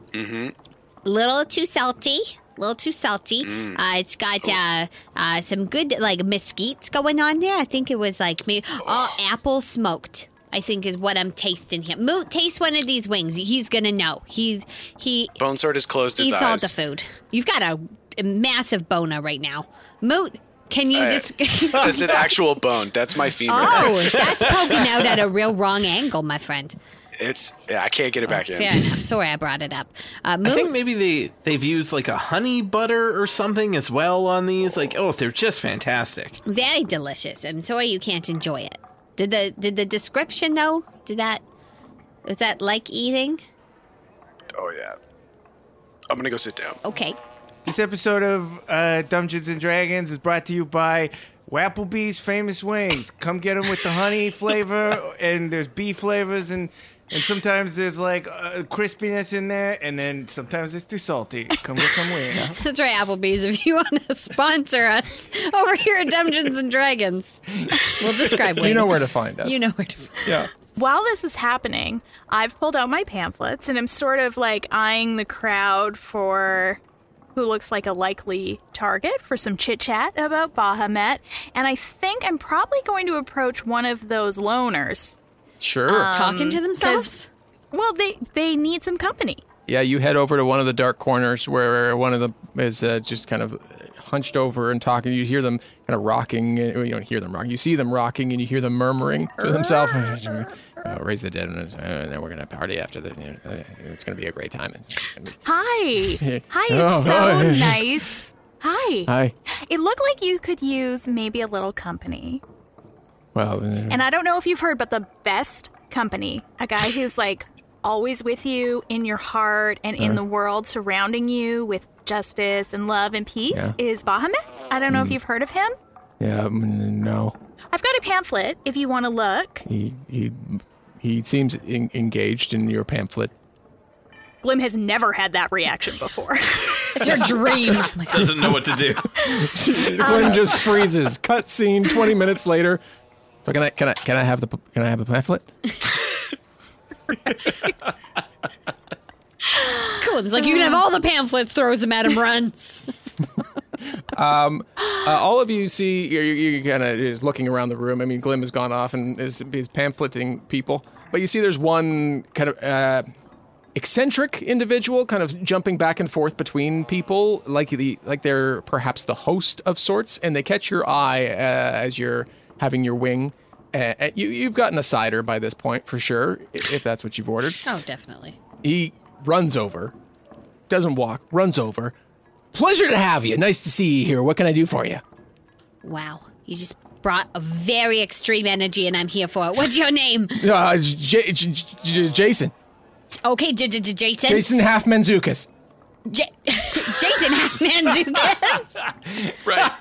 D: little too salty. Little too salty. Uh, it's got uh, uh, some good like mesquites going on there. I think it was like maybe oh, apple smoked. I think is what I'm tasting here. Moot, taste one of these wings. He's gonna know. He's he
E: Bone sword has closed his
D: eats
E: eyes.
D: all the food. You've got a, a massive boner right now. Moot, can you just? [laughs]
E: [laughs] It's an actual bone. That's my femur.
D: oh, that's poking out at a real wrong angle, my friend.
E: It's yeah, I can't get it back in.
D: Fair enough. Sorry, I brought it up. Uh,
F: I think
D: Moot,
F: maybe they they've used like a honey butter or something as well on these. Like, oh, they're just fantastic.
D: very delicious. I'm sorry you can't enjoy it. Did the did the description though? Did that was that like eating?
E: Oh yeah. I'm gonna go sit down.
D: Okay. [laughs]
A: This episode of uh, Dungeons and Dragons is brought to you by Wapplebee's Famous Wings. Come get them with the honey flavor, and there's bee flavors, and and sometimes there's like uh, crispiness in there, and then sometimes it's too salty. Come get some wings.
D: [laughs] That's right, Applebee's. If you want to [laughs] sponsor us over here at Dungeons and Dragons, we'll describe wings.
B: You know where to find us.
D: You know where to find
B: Yeah.
C: While this is happening, I've pulled out my pamphlets and I'm sort of like eyeing the crowd for who looks like a likely target for some chit chat about Bahamut. And I think I'm probably going to approach one of those loners.
B: Sure.
G: Um,
D: talking to themselves.
C: Well, they they need some company.
B: Yeah, you head over to one of the dark corners where one of them is uh, just kind of hunched over and talking. You hear them kind of rocking. uh, You don't hear them rocking. You see them rocking, and you hear them murmuring to themselves. [laughs] Uh, raise the dead, and uh, and then we're gonna party after that. Uh, It's gonna be a great time. It's gonna be- [laughs]
C: Hi. Hi, it's
B: Oh,
C: so
B: hi.
C: nice. Hi.
B: Hi.
C: It looked like you could use maybe a little company.
B: Well, uh,
C: And I don't know if you've heard, but the best company, a guy who's like always with you in your heart and in the world, surrounding you with justice and love and peace,
B: Yeah.
C: is Bahamut. I don't know if you've heard of him.
B: Yeah, mm, no.
C: I've got a pamphlet if you want to look.
B: He he he seems en- engaged in your pamphlet.
C: Glim has never had that reaction before.
D: It's your dream. [laughs] Oh my God.
F: Doesn't know what to do.
B: [laughs] Glenn just freezes. Cutscene. Twenty minutes later. So can I can I can I have the p- can I have the pamphlet?
D: Glim's like, you can have all the pamphlets, throws them at him, runs.
B: Uh, all of you see, you're, you're kind of is looking around the room. I mean, Glim has gone off and is, is pamphleting people, but you see there's one kind of uh, eccentric individual, kind of jumping back and forth between people, like the like they're perhaps the host of sorts, and they catch your eye uh, as you're having your wing. Uh, at you you've gotten a cider by this point for sure, i- if that's what you've ordered.
D: [laughs] Oh, definitely.
B: He runs over, doesn't walk, runs over. Pleasure to have you. Nice to see you here. What can I do for you?
D: Wow. You just brought a very extreme energy, and I'm here for it. What's your name?
B: Uh, it's J- J- J- Jason.
D: Okay, J- J- J- Jason.
B: Jason Half Menzukas.
D: J- [laughs] Jason Manzukis.
E: [laughs] Right.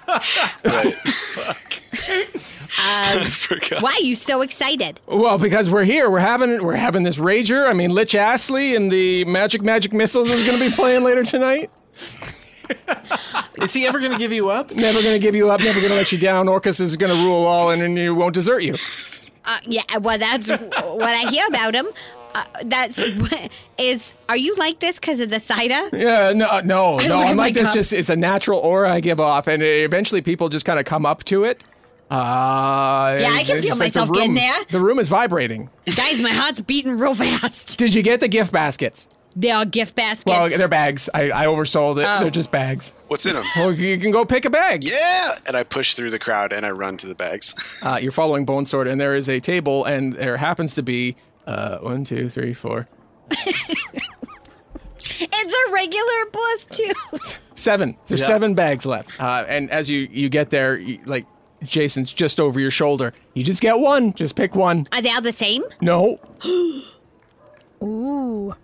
E: right. [laughs]
D: Um,
E: Forgot.
D: why are you so excited?
B: Well, because we're here, we're having we're having this rager. I mean, Lich Astley and the Magic Magic Missiles is going to be playing later tonight.
F: [laughs] Is he ever going to give you up?
B: Never going to give you up. Never going to let you down. Orcus is going to rule all, and, and you won't desert you.
D: Uh, yeah, well, that's what I hear about him. Uh, that's what is. Are you like this because of the cider?
B: Yeah, no, uh, no, no.
D: look at
B: I'm
D: my
B: like this.
D: cup.
B: Just it's a natural aura I give off, and uh, eventually people just kind of come up to it. Uh, yeah,
D: I can feel myself getting there.
B: The room is vibrating.
D: Guys, my heart's beating real fast.
B: Did you get the gift baskets?
D: They are gift baskets.
B: Well, they're bags. I, I oversold
D: Oh.
B: it. They're just bags.
E: What's in them?
B: Well, you can go pick a bag.
E: Yeah. And I push through the crowd and I run to the bags. [laughs]
B: Uh, you're following Bone Sword, and there is a table, and there happens to be uh, one, two, three, four,
D: it's a regular plus two.
B: seven. There's
F: Yeah.
B: seven bags left. Uh, and as you you get there, you, like Jason's just over your shoulder. You just get one. Just pick one.
D: [laughs] Are they all the same?
B: No.
C: Ooh.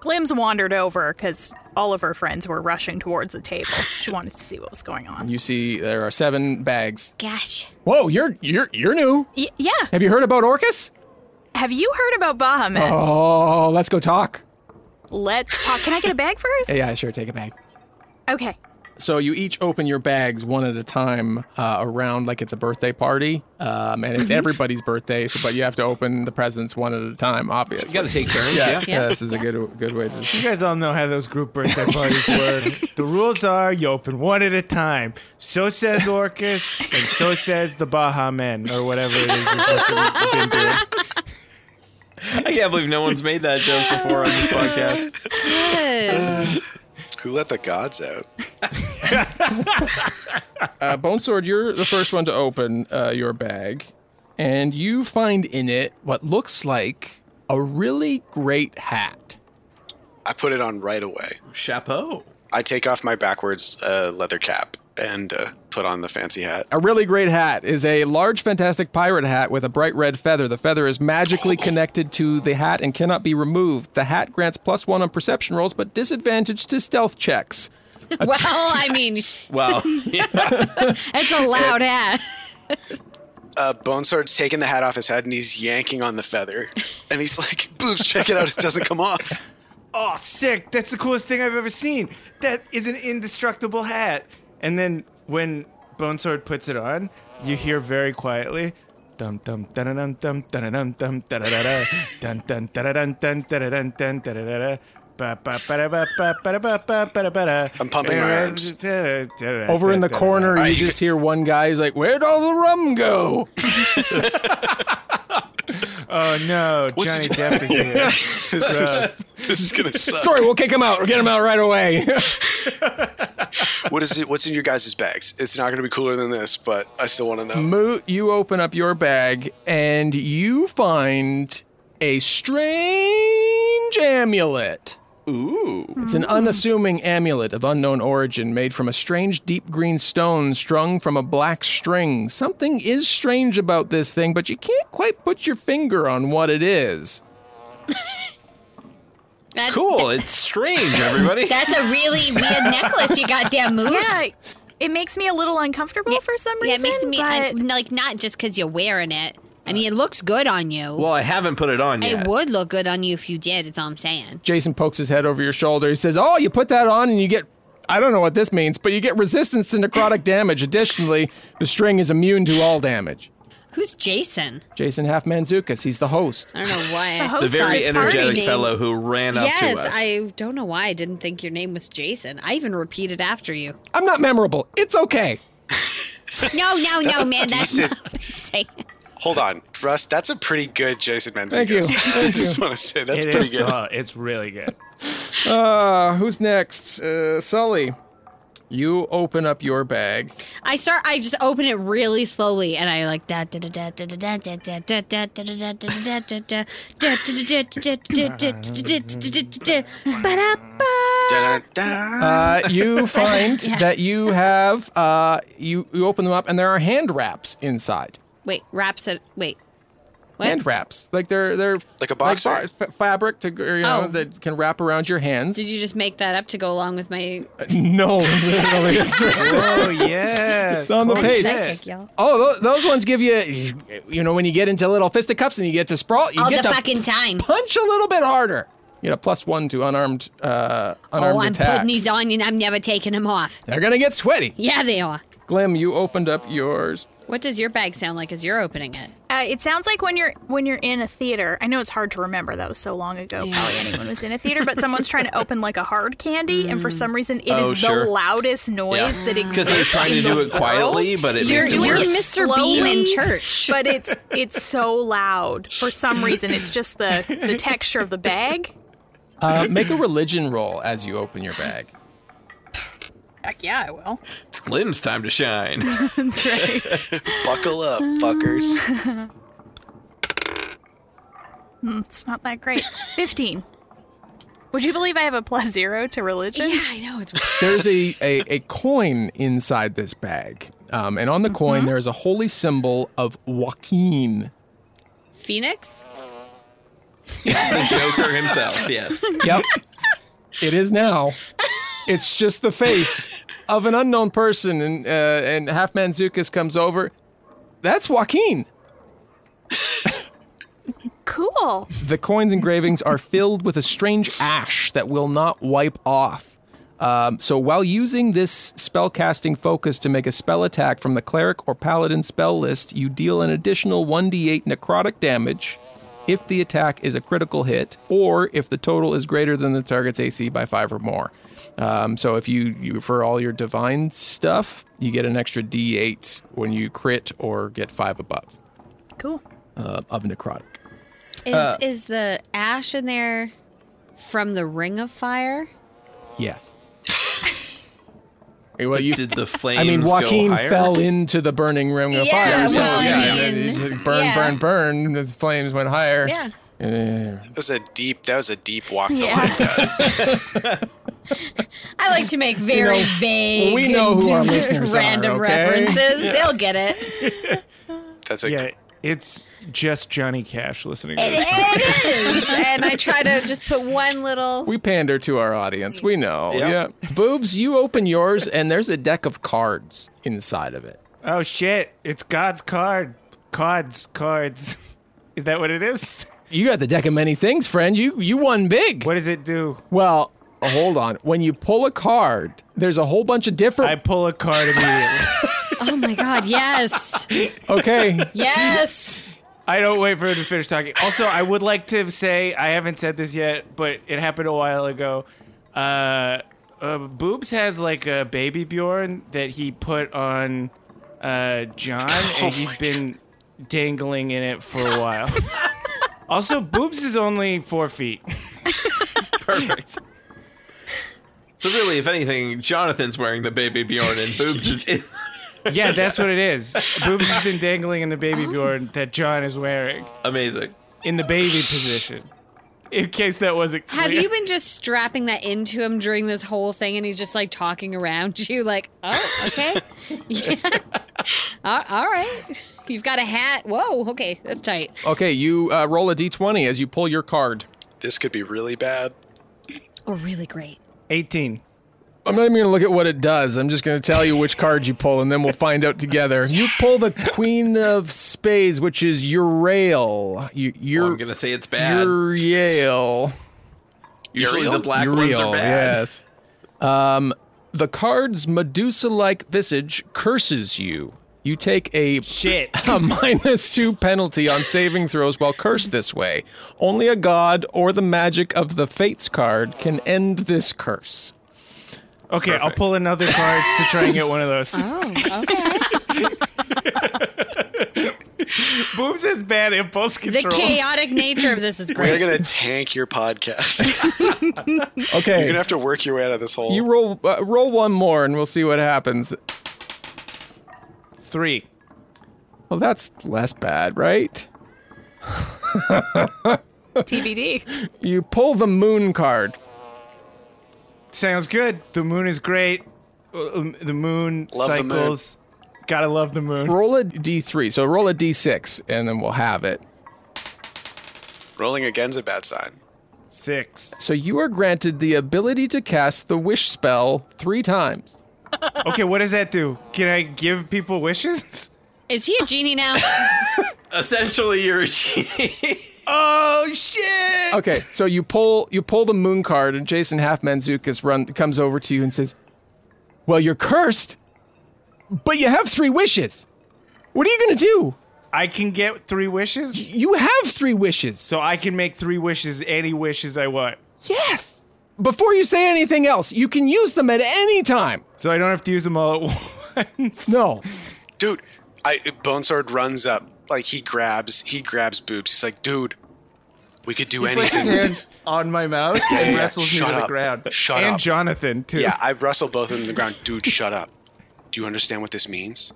C: Glim's wandered over because all of her friends were rushing towards the table. So she wanted to see what was going on.
B: You see, there are seven bags.
D: Gosh.
B: Whoa, you're you're you're new.
C: Y- yeah.
B: Have you heard about Orcus?
C: Have you heard about
F: Uh-huh.
C: Bahamut?
B: Oh, let's go talk.
C: Let's talk. Can I get a bag first?
B: Yeah, sure. Take a bag.
C: Okay.
B: So you each open your bags one at a time uh, around like it's a birthday party, um, and it's everybody's birthday. So, but you have to open the presents one at a time. Obviously,
F: You got to take turns. Yeah.
B: Yeah, this is a good good way to.
A: You guys all know how those group birthday parties work. the rules are you open one at a time. So says Orcus, and so says the Baha Men, or whatever it is. you've fucking been doing.
F: I can't believe no one's made that joke before on this podcast.
E: Who let the gods out?
B: Uh, Bone Sword, you're the first one to open uh, your bag, and you find in it what looks like a really great hat.
E: I put it on right away.
F: Chapeau.
E: I take off my backwards uh, leather cap and uh, put on the fancy hat.
B: A really great hat is a large, fantastic pirate hat with a bright red feather. The feather is magically connected to the hat and cannot be removed. The hat grants plus one on perception rolls, but disadvantage to stealth checks.
D: [laughs] Well, I mean,
F: [laughs] Well,
D: it's a loud hat.
E: Uh, Bonesword's taking the hat off his head and he's yanking on the feather. And he's like, [laughs] boobs, check it out. It doesn't come off. [laughs]
A: Oh, sick. That's the coolest thing I've ever seen. That is an indestructible hat. And then when Bonesword puts it on, you hear very quietly. Dum dum da dum dum da dum dum da da da dun dun da dun dun da dun dun da da da ba ba ba da ba ba ba da ba ba ba da ba da.
E: I'm pumping my arms.
B: Over in the corner, you
E: Right.
B: just hear one guy who's like, Where'd all the rum go?
A: Oh no, Johnny Depp is here.
E: [laughs] this, is, this is gonna suck.
B: Sorry, we'll kick him out. We'll get him out right away. [laughs]
E: What is it? What's in your guys' bags? It's not gonna be cooler than this, but I still want to know.
B: Moot, you open up your bag and you find a strange amulet. Ooh. It's an unassuming amulet of unknown origin made from a strange deep green stone strung from a black string. Something is strange about this thing, but you can't quite put your finger on what it is.
D: That's,
F: cool. It's strange, everybody. [laughs]
D: That's a really weird necklace you got there, Moot.
C: Yeah. It makes me a little uncomfortable for some reason.
D: Yeah, it makes me
C: but-
D: un- like not just because you're wearing it. I mean, it looks good on you.
F: Well, I haven't put it on yet.
D: It would look good on you if you did. That's all I'm saying.
B: Jason pokes his head over your shoulder. He says, "Oh, you put that on and you get I don't know what this means, but you get resistance to necrotic damage. Additionally, the string is immune to all damage."
D: Who's Jason?
B: Jason Half Manzukas, he's the host.
D: I don't know why.
C: host
F: the very
C: Size
F: energetic
D: party.
F: fellow who ran up
D: yes,
F: to us.
D: I don't know why I didn't think your name was Jason. I even repeated after you.
B: I'm not memorable. It's okay.
D: No, no, no, man. That's
E: decent-
D: not what I'm saying.
E: Hold on, Russ. That's a pretty good Jason Menzies.
B: Thank you.
E: [laughs] I just want to say that's
A: It
E: pretty
A: is,
E: good.
A: uh, it's really good.
B: Uh, who's next? Uh, Sully. You open up your bag.
D: I start. I just open it really slowly, and I like da da da da da da da da da da da da da da da da da da da
E: Da-da-da.
B: Uh, [laughs] you find that you have uh, you you open them up and there are hand wraps inside.
D: Wait, wraps it. Wait, What?
B: Hand wraps, like they're they're
E: Like a
B: fa-
E: boxer?
B: fa- fabric to or, you know
D: Oh.
B: that can wrap around your hands.
D: did you just make that up to go along with my
B: no, literally, it's
A: [laughs] Oh yeah, it's
B: on the
D: I'm
B: page.
D: psychic, y'all?
B: Oh, those, those ones give you, you know, when you get into little fisticuffs and you get to sprawl, you
D: All
B: get
D: the
B: to
D: fucking time.
B: punch a little bit harder. You get a plus one to unarmed, uh, unarmed
D: Oh, I'm
B: attacks.
D: putting these on, and I'm never taking them off.
B: They're gonna get sweaty.
D: Yeah, they are.
B: Glim, you opened up yours.
D: What does your bag sound like as you're opening it?
C: Uh, it sounds like when you're when you're in a theater. I know it's hard to remember that was so long ago. Probably anyone was in a theater, but someone's trying to open like a hard candy, and for some reason, it is
F: Oh, sure.
C: the loudest noise
F: Yeah.
C: that exists.
F: Because Mm. they're trying to
C: in
F: do
C: the
F: it quietly,
C: world.
F: but it
D: You're
F: makes it
D: doing
C: doing
F: worse.
C: it
D: Mr. Bean in
C: slowly,
D: church.
C: but it's it's so loud for some reason. It's just the the texture of the bag.
B: Uh, [laughs] make a religion roll as you open your bag.
C: Heck yeah, I will.
F: Slim's time to shine. [laughs]
C: That's right.
E: Buckle up, fuckers.
C: It's not that great. Fifteen. Would you believe I have a plus zero to religion?
D: Yeah, I know it's.
B: There's a, a, a coin inside this bag. Um, and on the coin,
D: Mm-hmm.
B: there is a holy symbol of Joaquin.
D: Phoenix?
F: the Joker himself, yes.
B: Yep. it is now. It's just the face of an unknown person, and uh, and Half Manzukas comes over. That's Joaquin.
C: Cool.
B: The coin's engravings are filled with a strange ash that will not wipe off. Um, so while using this spellcasting focus to make a spell attack from the cleric or paladin spell list, you deal an additional 1d8 necrotic damage if the attack is a critical hit or if the total is greater than the target's AC by 5 or more. Um, so if you, you for all your divine stuff, you get an extra d8 when you crit or get 5 above
C: Cool.
B: uh, of necrotic.
D: Is is the ash in there from the Ring of Fire?
B: Yes. well, you.
F: Did the flames
B: I mean,
F: go
B: Joaquin
F: higher?
B: fell into the burning ring of fire.
D: Yeah, well, I
B: and then
D: mean,
B: he- burn,
D: yeah.
B: burn, burn. The flames went higher.
D: Yeah.
B: Yeah.
E: That was a deep. That was a deep walk. the
C: Yeah.
E: line.
D: I like to make very vague.
B: we know who our listeners are,
D: random
B: okay?
D: references. They'll get it.
E: That's a
A: Yeah, it's just Johnny Cash listening to this.
D: It is. [laughs] And I try to just put one little.
B: We pander to our audience. We know. Yeah. Boobs, you open yours, and there's a deck of cards inside of it.
A: Oh shit! It's God's card. Cards, cards. [laughs] Is that what it is?
B: You got the deck of many things, friend. You you won big.
A: What does it do?
B: Well, hold on. When you pull a card, there's a whole bunch of
A: I
B: different.
A: pull a card immediately.
D: Oh my God! Yes,
B: [laughs] okay.
D: yes.
A: I don't wait for him to finish talking. Also, I would like to say I haven't said this yet, but it happened a while ago. Uh, uh, Boobs has like a baby Bjorn that he put on uh, John, and he's been dangling in it for a while. [laughs] also, Boobs is only four feet.
F: Perfect. [laughs] So really, if anything, Jonathan's wearing the baby Bjorn and boobs is in.
A: Yeah, that's what it is. Boobs has been dangling in the baby Bjorn that John is wearing
F: Amazing.
A: in the baby position. In case that wasn't clear.
D: Have you been just strapping that into him during this whole thing, and he's just like talking around [laughs] you, like, "Oh, okay, [laughs] yeah, all, all right." You've got a hat. Whoa, okay, that's tight.
B: Okay. You uh, roll a d20 as you pull your card.
D: Oh,
E: This could be really bad.
D: Or really great.
A: 18.
B: I'm not even going to look at what it does. I'm just going to tell you which card you pull, and then we'll find out together. You pull the Queen of Spades, which is Urail. You,
F: Well,
B: your
F: I'm gonna say it's bad.
B: Uriel.
F: Usually the black ones
B: Uriel,
F: are bad.
B: Yes. Um, the card's Medusa-like visage curses you. You take a [laughs]
A: Shit.
B: a minus two penalty on saving throws while cursed this way. Only a god or the magic of the Fates card can end this curse.
A: [laughs] Okay, I'll pull another card to try and get one of those.
D: Oh, okay.
A: [laughs] Boobs is bad impulse
D: the
A: control.
D: chaotic nature
B: [laughs]
D: of this is
E: We're
D: great.
E: gonna tank your podcast. [laughs] You're
B: Okay,
E: gonna have to work your way out of this hole.
B: you roll uh, roll one more and we'll see what happens.
A: Three.
B: Well, that's less bad, right?
C: TBD.
B: You pull the moon card.
A: Sounds good. The moon is great. Um, The moon
E: Love the moon.
A: cycles. Gotta love the moon.
B: Roll a d3. So roll a d6 and then we'll have it.
E: Rolling again's a bad sign.
A: Six.
B: So you are granted the ability to cast the wish spell 3 times.
A: Okay, what does that do? Can I give people wishes?
D: Is he a genie now?
F: [laughs] Essentially, you're a genie.
A: Oh shit!
B: Okay, so you pull you pull the moon card, and Jason Half Manzukis run comes over to you and says, "Well, you're cursed, but you have three wishes. What are you gonna do?
A: I can get three wishes,
B: You have three wishes.
A: so I can make three wishes, any wishes I want.
B: Yes. Before you say anything else, you can use them at any time.
A: So I don't have to use them all at [laughs] once.
B: No,
E: Dude, I Bonesword runs up. Like he grabs he grabs boobs. He's like, dude, we could do
A: Puts his
E: anything.
A: hand on my mouth and
E: yeah,
A: wrestles me
E: shut
A: to the
E: up.
A: ground.
E: Shut
A: and
E: up.
A: Jonathan too.
E: [laughs]
A: [laughs]
E: Yeah, I wrestle both of them to the ground. Dude, shut up. Do you understand what this means?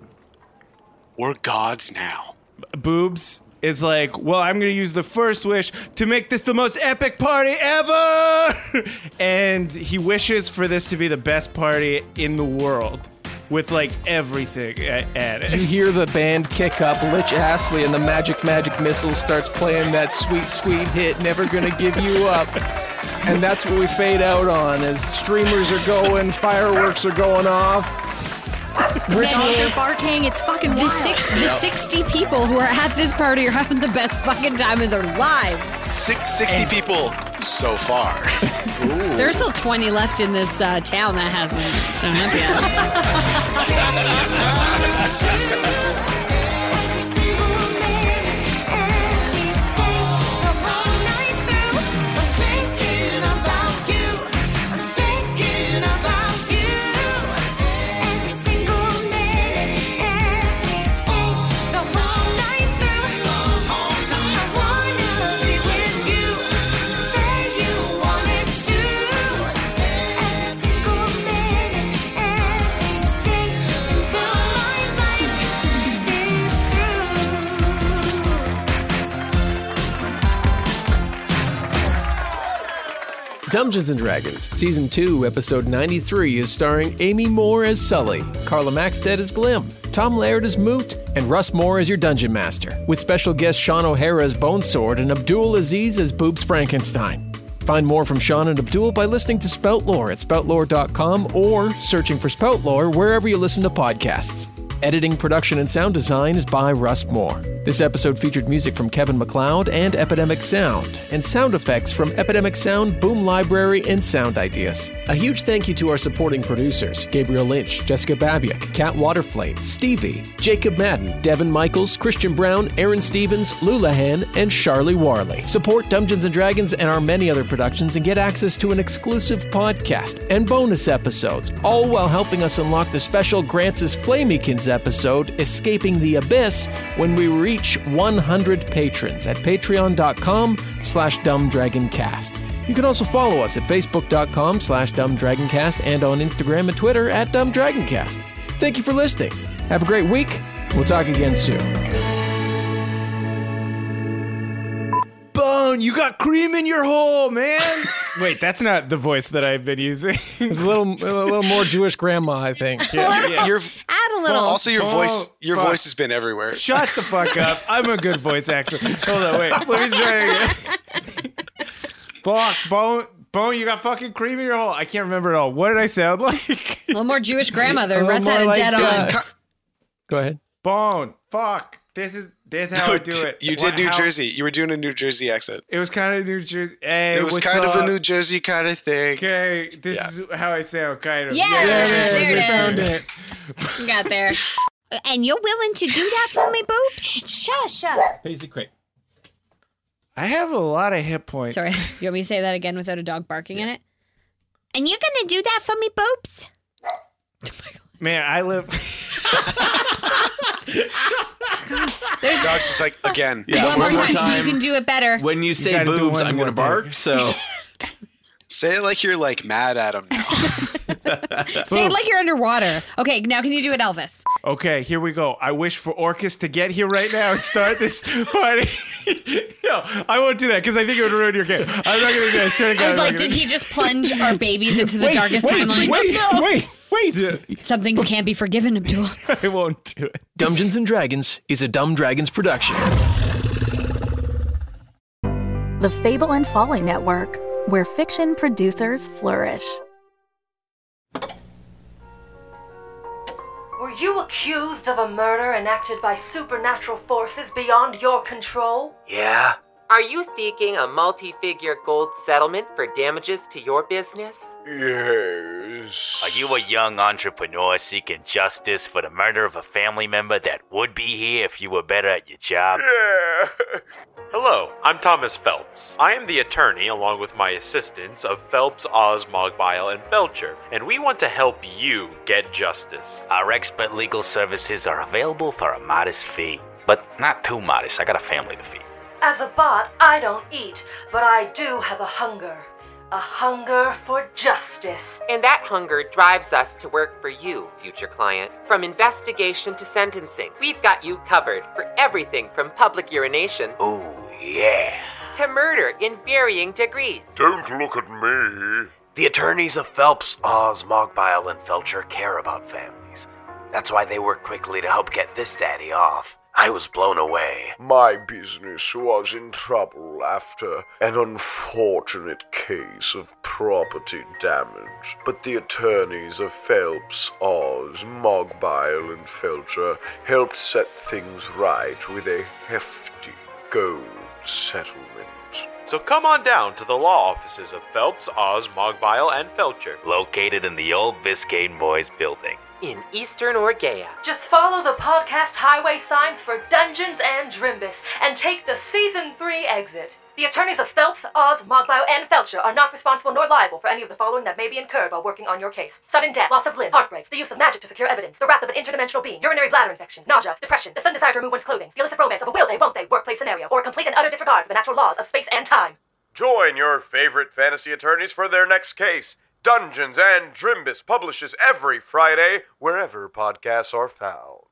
E: We're gods now.
A: boobs is like, well, I'm gonna use the first wish to make this the most epic party ever, [laughs] and he wishes for this to be the best party in the world, with like everything a- at
B: you
A: it.
B: hear the band kick up, Lich Astley and the Magic Magic Missile starts playing that sweet, sweet hit, Never Gonna Give You Up. And that's what we fade out on as streamers are going, fireworks are going off.
C: Dogs
B: Ritual,
C: are barking. It's fucking
D: The
C: wild.
D: six, the sixty people who are at this party are having the best fucking time of their lives.
E: Six, 60 people so far.
A: [laughs]
D: There's still twenty left in this uh, town that hasn't shown up yet.
G: Every single minute, every day, the whole night through. I'm thinking about you. I'm thinking about you. Every single minute, every day, the whole night through. I wanna be with you. Say you want it too. Every single minute, every day, until my life is through.
B: Dungeons and Dragons, Season 2, Episode 93 is starring Amy Moore as Sully, Carla Maxted as Glim, Tom Laird as Moot, and Russ Moore as your Dungeon Master, with special guest Sean O'Hara as Bonesword and Abdul Aziz as Boobs Frankenstein. Find more from Sean and Abdul by listening to Spout Lore at spoutlore.com or searching for Spout Lore wherever you listen to podcasts. Editing, production, and sound design is by Russ Moore. This episode featured music from Kevin McLeod and Epidemic Sound, and sound effects from Epidemic Sound, Boom Library, and Sound Ideas. A huge thank you to our supporting producers Gabriel Lynch, Jessica Babiak, Kat Waterflame, Stevie, Jacob Madden, Devin Michaels, Christian Brown, Aaron Stevens, Lulahan, and Charlie Warley. Support Dungeons and Dragons and our many other productions and get access to an exclusive podcast and bonus episodes, all while helping us unlock the special Grants' Flamekins episode, Escaping the Abyss, when we reach 100 patrons at patreon.com slash dumbdragoncast. You can also follow us at facebook.com slash dumbdragoncast and on Instagram and Twitter at dumbdragoncast. Thank you for listening. Have a great week. We'll talk again soon.
A: Bone, you got cream in your hole, man. [laughs] Wait, that's not the voice that I've been using.
B: It's a little, a little more Jewish grandma, I think.
E: [laughs] Your,
D: Add a little.
E: also, your
A: Oh,
E: voice your
A: fuck.
E: voice has been everywhere.
A: Shut the fuck up. I'm a good voice actor. Hold on, wait. Let me try again. Fuck, bone. Boom, you got fucking cream in your hole. I can't remember at all. What did I sound [laughs] like?
D: A little more Jewish grandmother.
B: little
D: Russ had
B: more
D: a
B: like
D: dead
B: that.
D: on.
E: Co-
B: Go ahead.
A: Bone. Fuck. This is this is how I do it.
E: You
A: What-
E: did New
A: how-
E: Jersey. You were doing a New Jersey accent.
A: It was kind of New Jersey. Hey,
E: It was
A: what's
E: kind of
A: up?
E: a New Jersey kind of thing.
A: Okay, this
E: Yeah.
A: is how I sound, kind of.
D: Yeah, there
A: I
D: it
A: found
D: is.
A: it.
D: You got there. And you're willing to do that for me, boobs?
G: Shush up.
H: Paisley Craig.
A: I have a lot of hit points.
D: Sorry, [laughs] you want me to say that again without a dog barking in it? And you're gonna do that for me, boobs?
A: Man, I live.
E: Dog's just like
A: [laughs]
E: again.
F: Yeah,
D: One more time. You can do it better.
F: When you say
A: gotta do
F: boobs,
A: one
F: I'm
A: more
F: going to
A: thing.
F: bark. So
E: Say it like you're like mad at him. Now.
D: Say it like you're underwater. Okay, now can you do it, Elvis?
A: Okay, here we go. I wish for Orcus to get here right now and
D: [laughs]
A: start this party. [laughs] no, I won't do that because I think it would ruin your game. I'm not going to do that. I swear to God,
D: I was
A: I'm
D: like,
A: not
D: did
A: gonna- [laughs]
D: he just plunge our babies into the darkest timeline?
H: wait, wait, wait.
D: Some things can't be forgiven, Abdul.
A: I won't do it.
B: Dungeons and Dragons is a Dumb Dragons production.
I: [laughs] The Fable and Folly Network, where fiction producers flourish.
J: Were you accused of a murder enacted by supernatural forces beyond your control?
K: Yeah? Are you seeking a multi figure gold settlement for damages to your business?
H: Yes.
L: Are you a young entrepreneur seeking justice for the murder of a family member that would be here if you were better at your job?
M: Hello, I'm Thomas Phelps. I am the attorney, along with my assistants, of Phelps, Oz, Mogbile, and Felcher, and we want to help you get justice.
L: Our expert legal services are available for a modest fee, but not too modest. I got a family to feed.
J: As a bot, I don't eat, but I do have a hunger. A hunger for justice.
K: And that hunger drives us to work for you, future client. From investigation to sentencing, we've got you covered for everything from public urination
L: Ooh, yeah.
K: to murder in varying degrees.
H: Don't look at me.
L: The attorneys of Phelps, Oz, Mogbile, and Felcher care about families. [laughs] That's why they work quickly to help get this daddy off. I was blown away.
H: My business was in trouble after an unfortunate case of property damage, but the attorneys of Phelps, Oz, Mogbile, and Felcher helped set things right with a hefty gold settlement.
M: So come on down to the law offices of Phelps, Oz, Mogbile, and Felcher.
L: Located in the old Biscayne Boys building.
K: In Eastern Orgea,
J: Just follow the podcast highway signs for Dungeons and Drimbus and take the Season 3 exit. The attorneys of Phelps, Oz, Mogbio, and Felcher are not responsible nor liable for any of the following that may be incurred while working on your case sudden death, loss of limb, heartbreak, the use of magic to secure evidence, the wrath of an interdimensional being, urinary bladder infection, nausea, depression, the sudden desire to remove one's clothing, the illicit romance of a will they, won't they workplace scenario, or complete and utter disregard for the natural laws of space and time.
H: Join your favorite fantasy attorneys for their next case. Dungeons and Drimbus publishes every Friday wherever podcasts are found.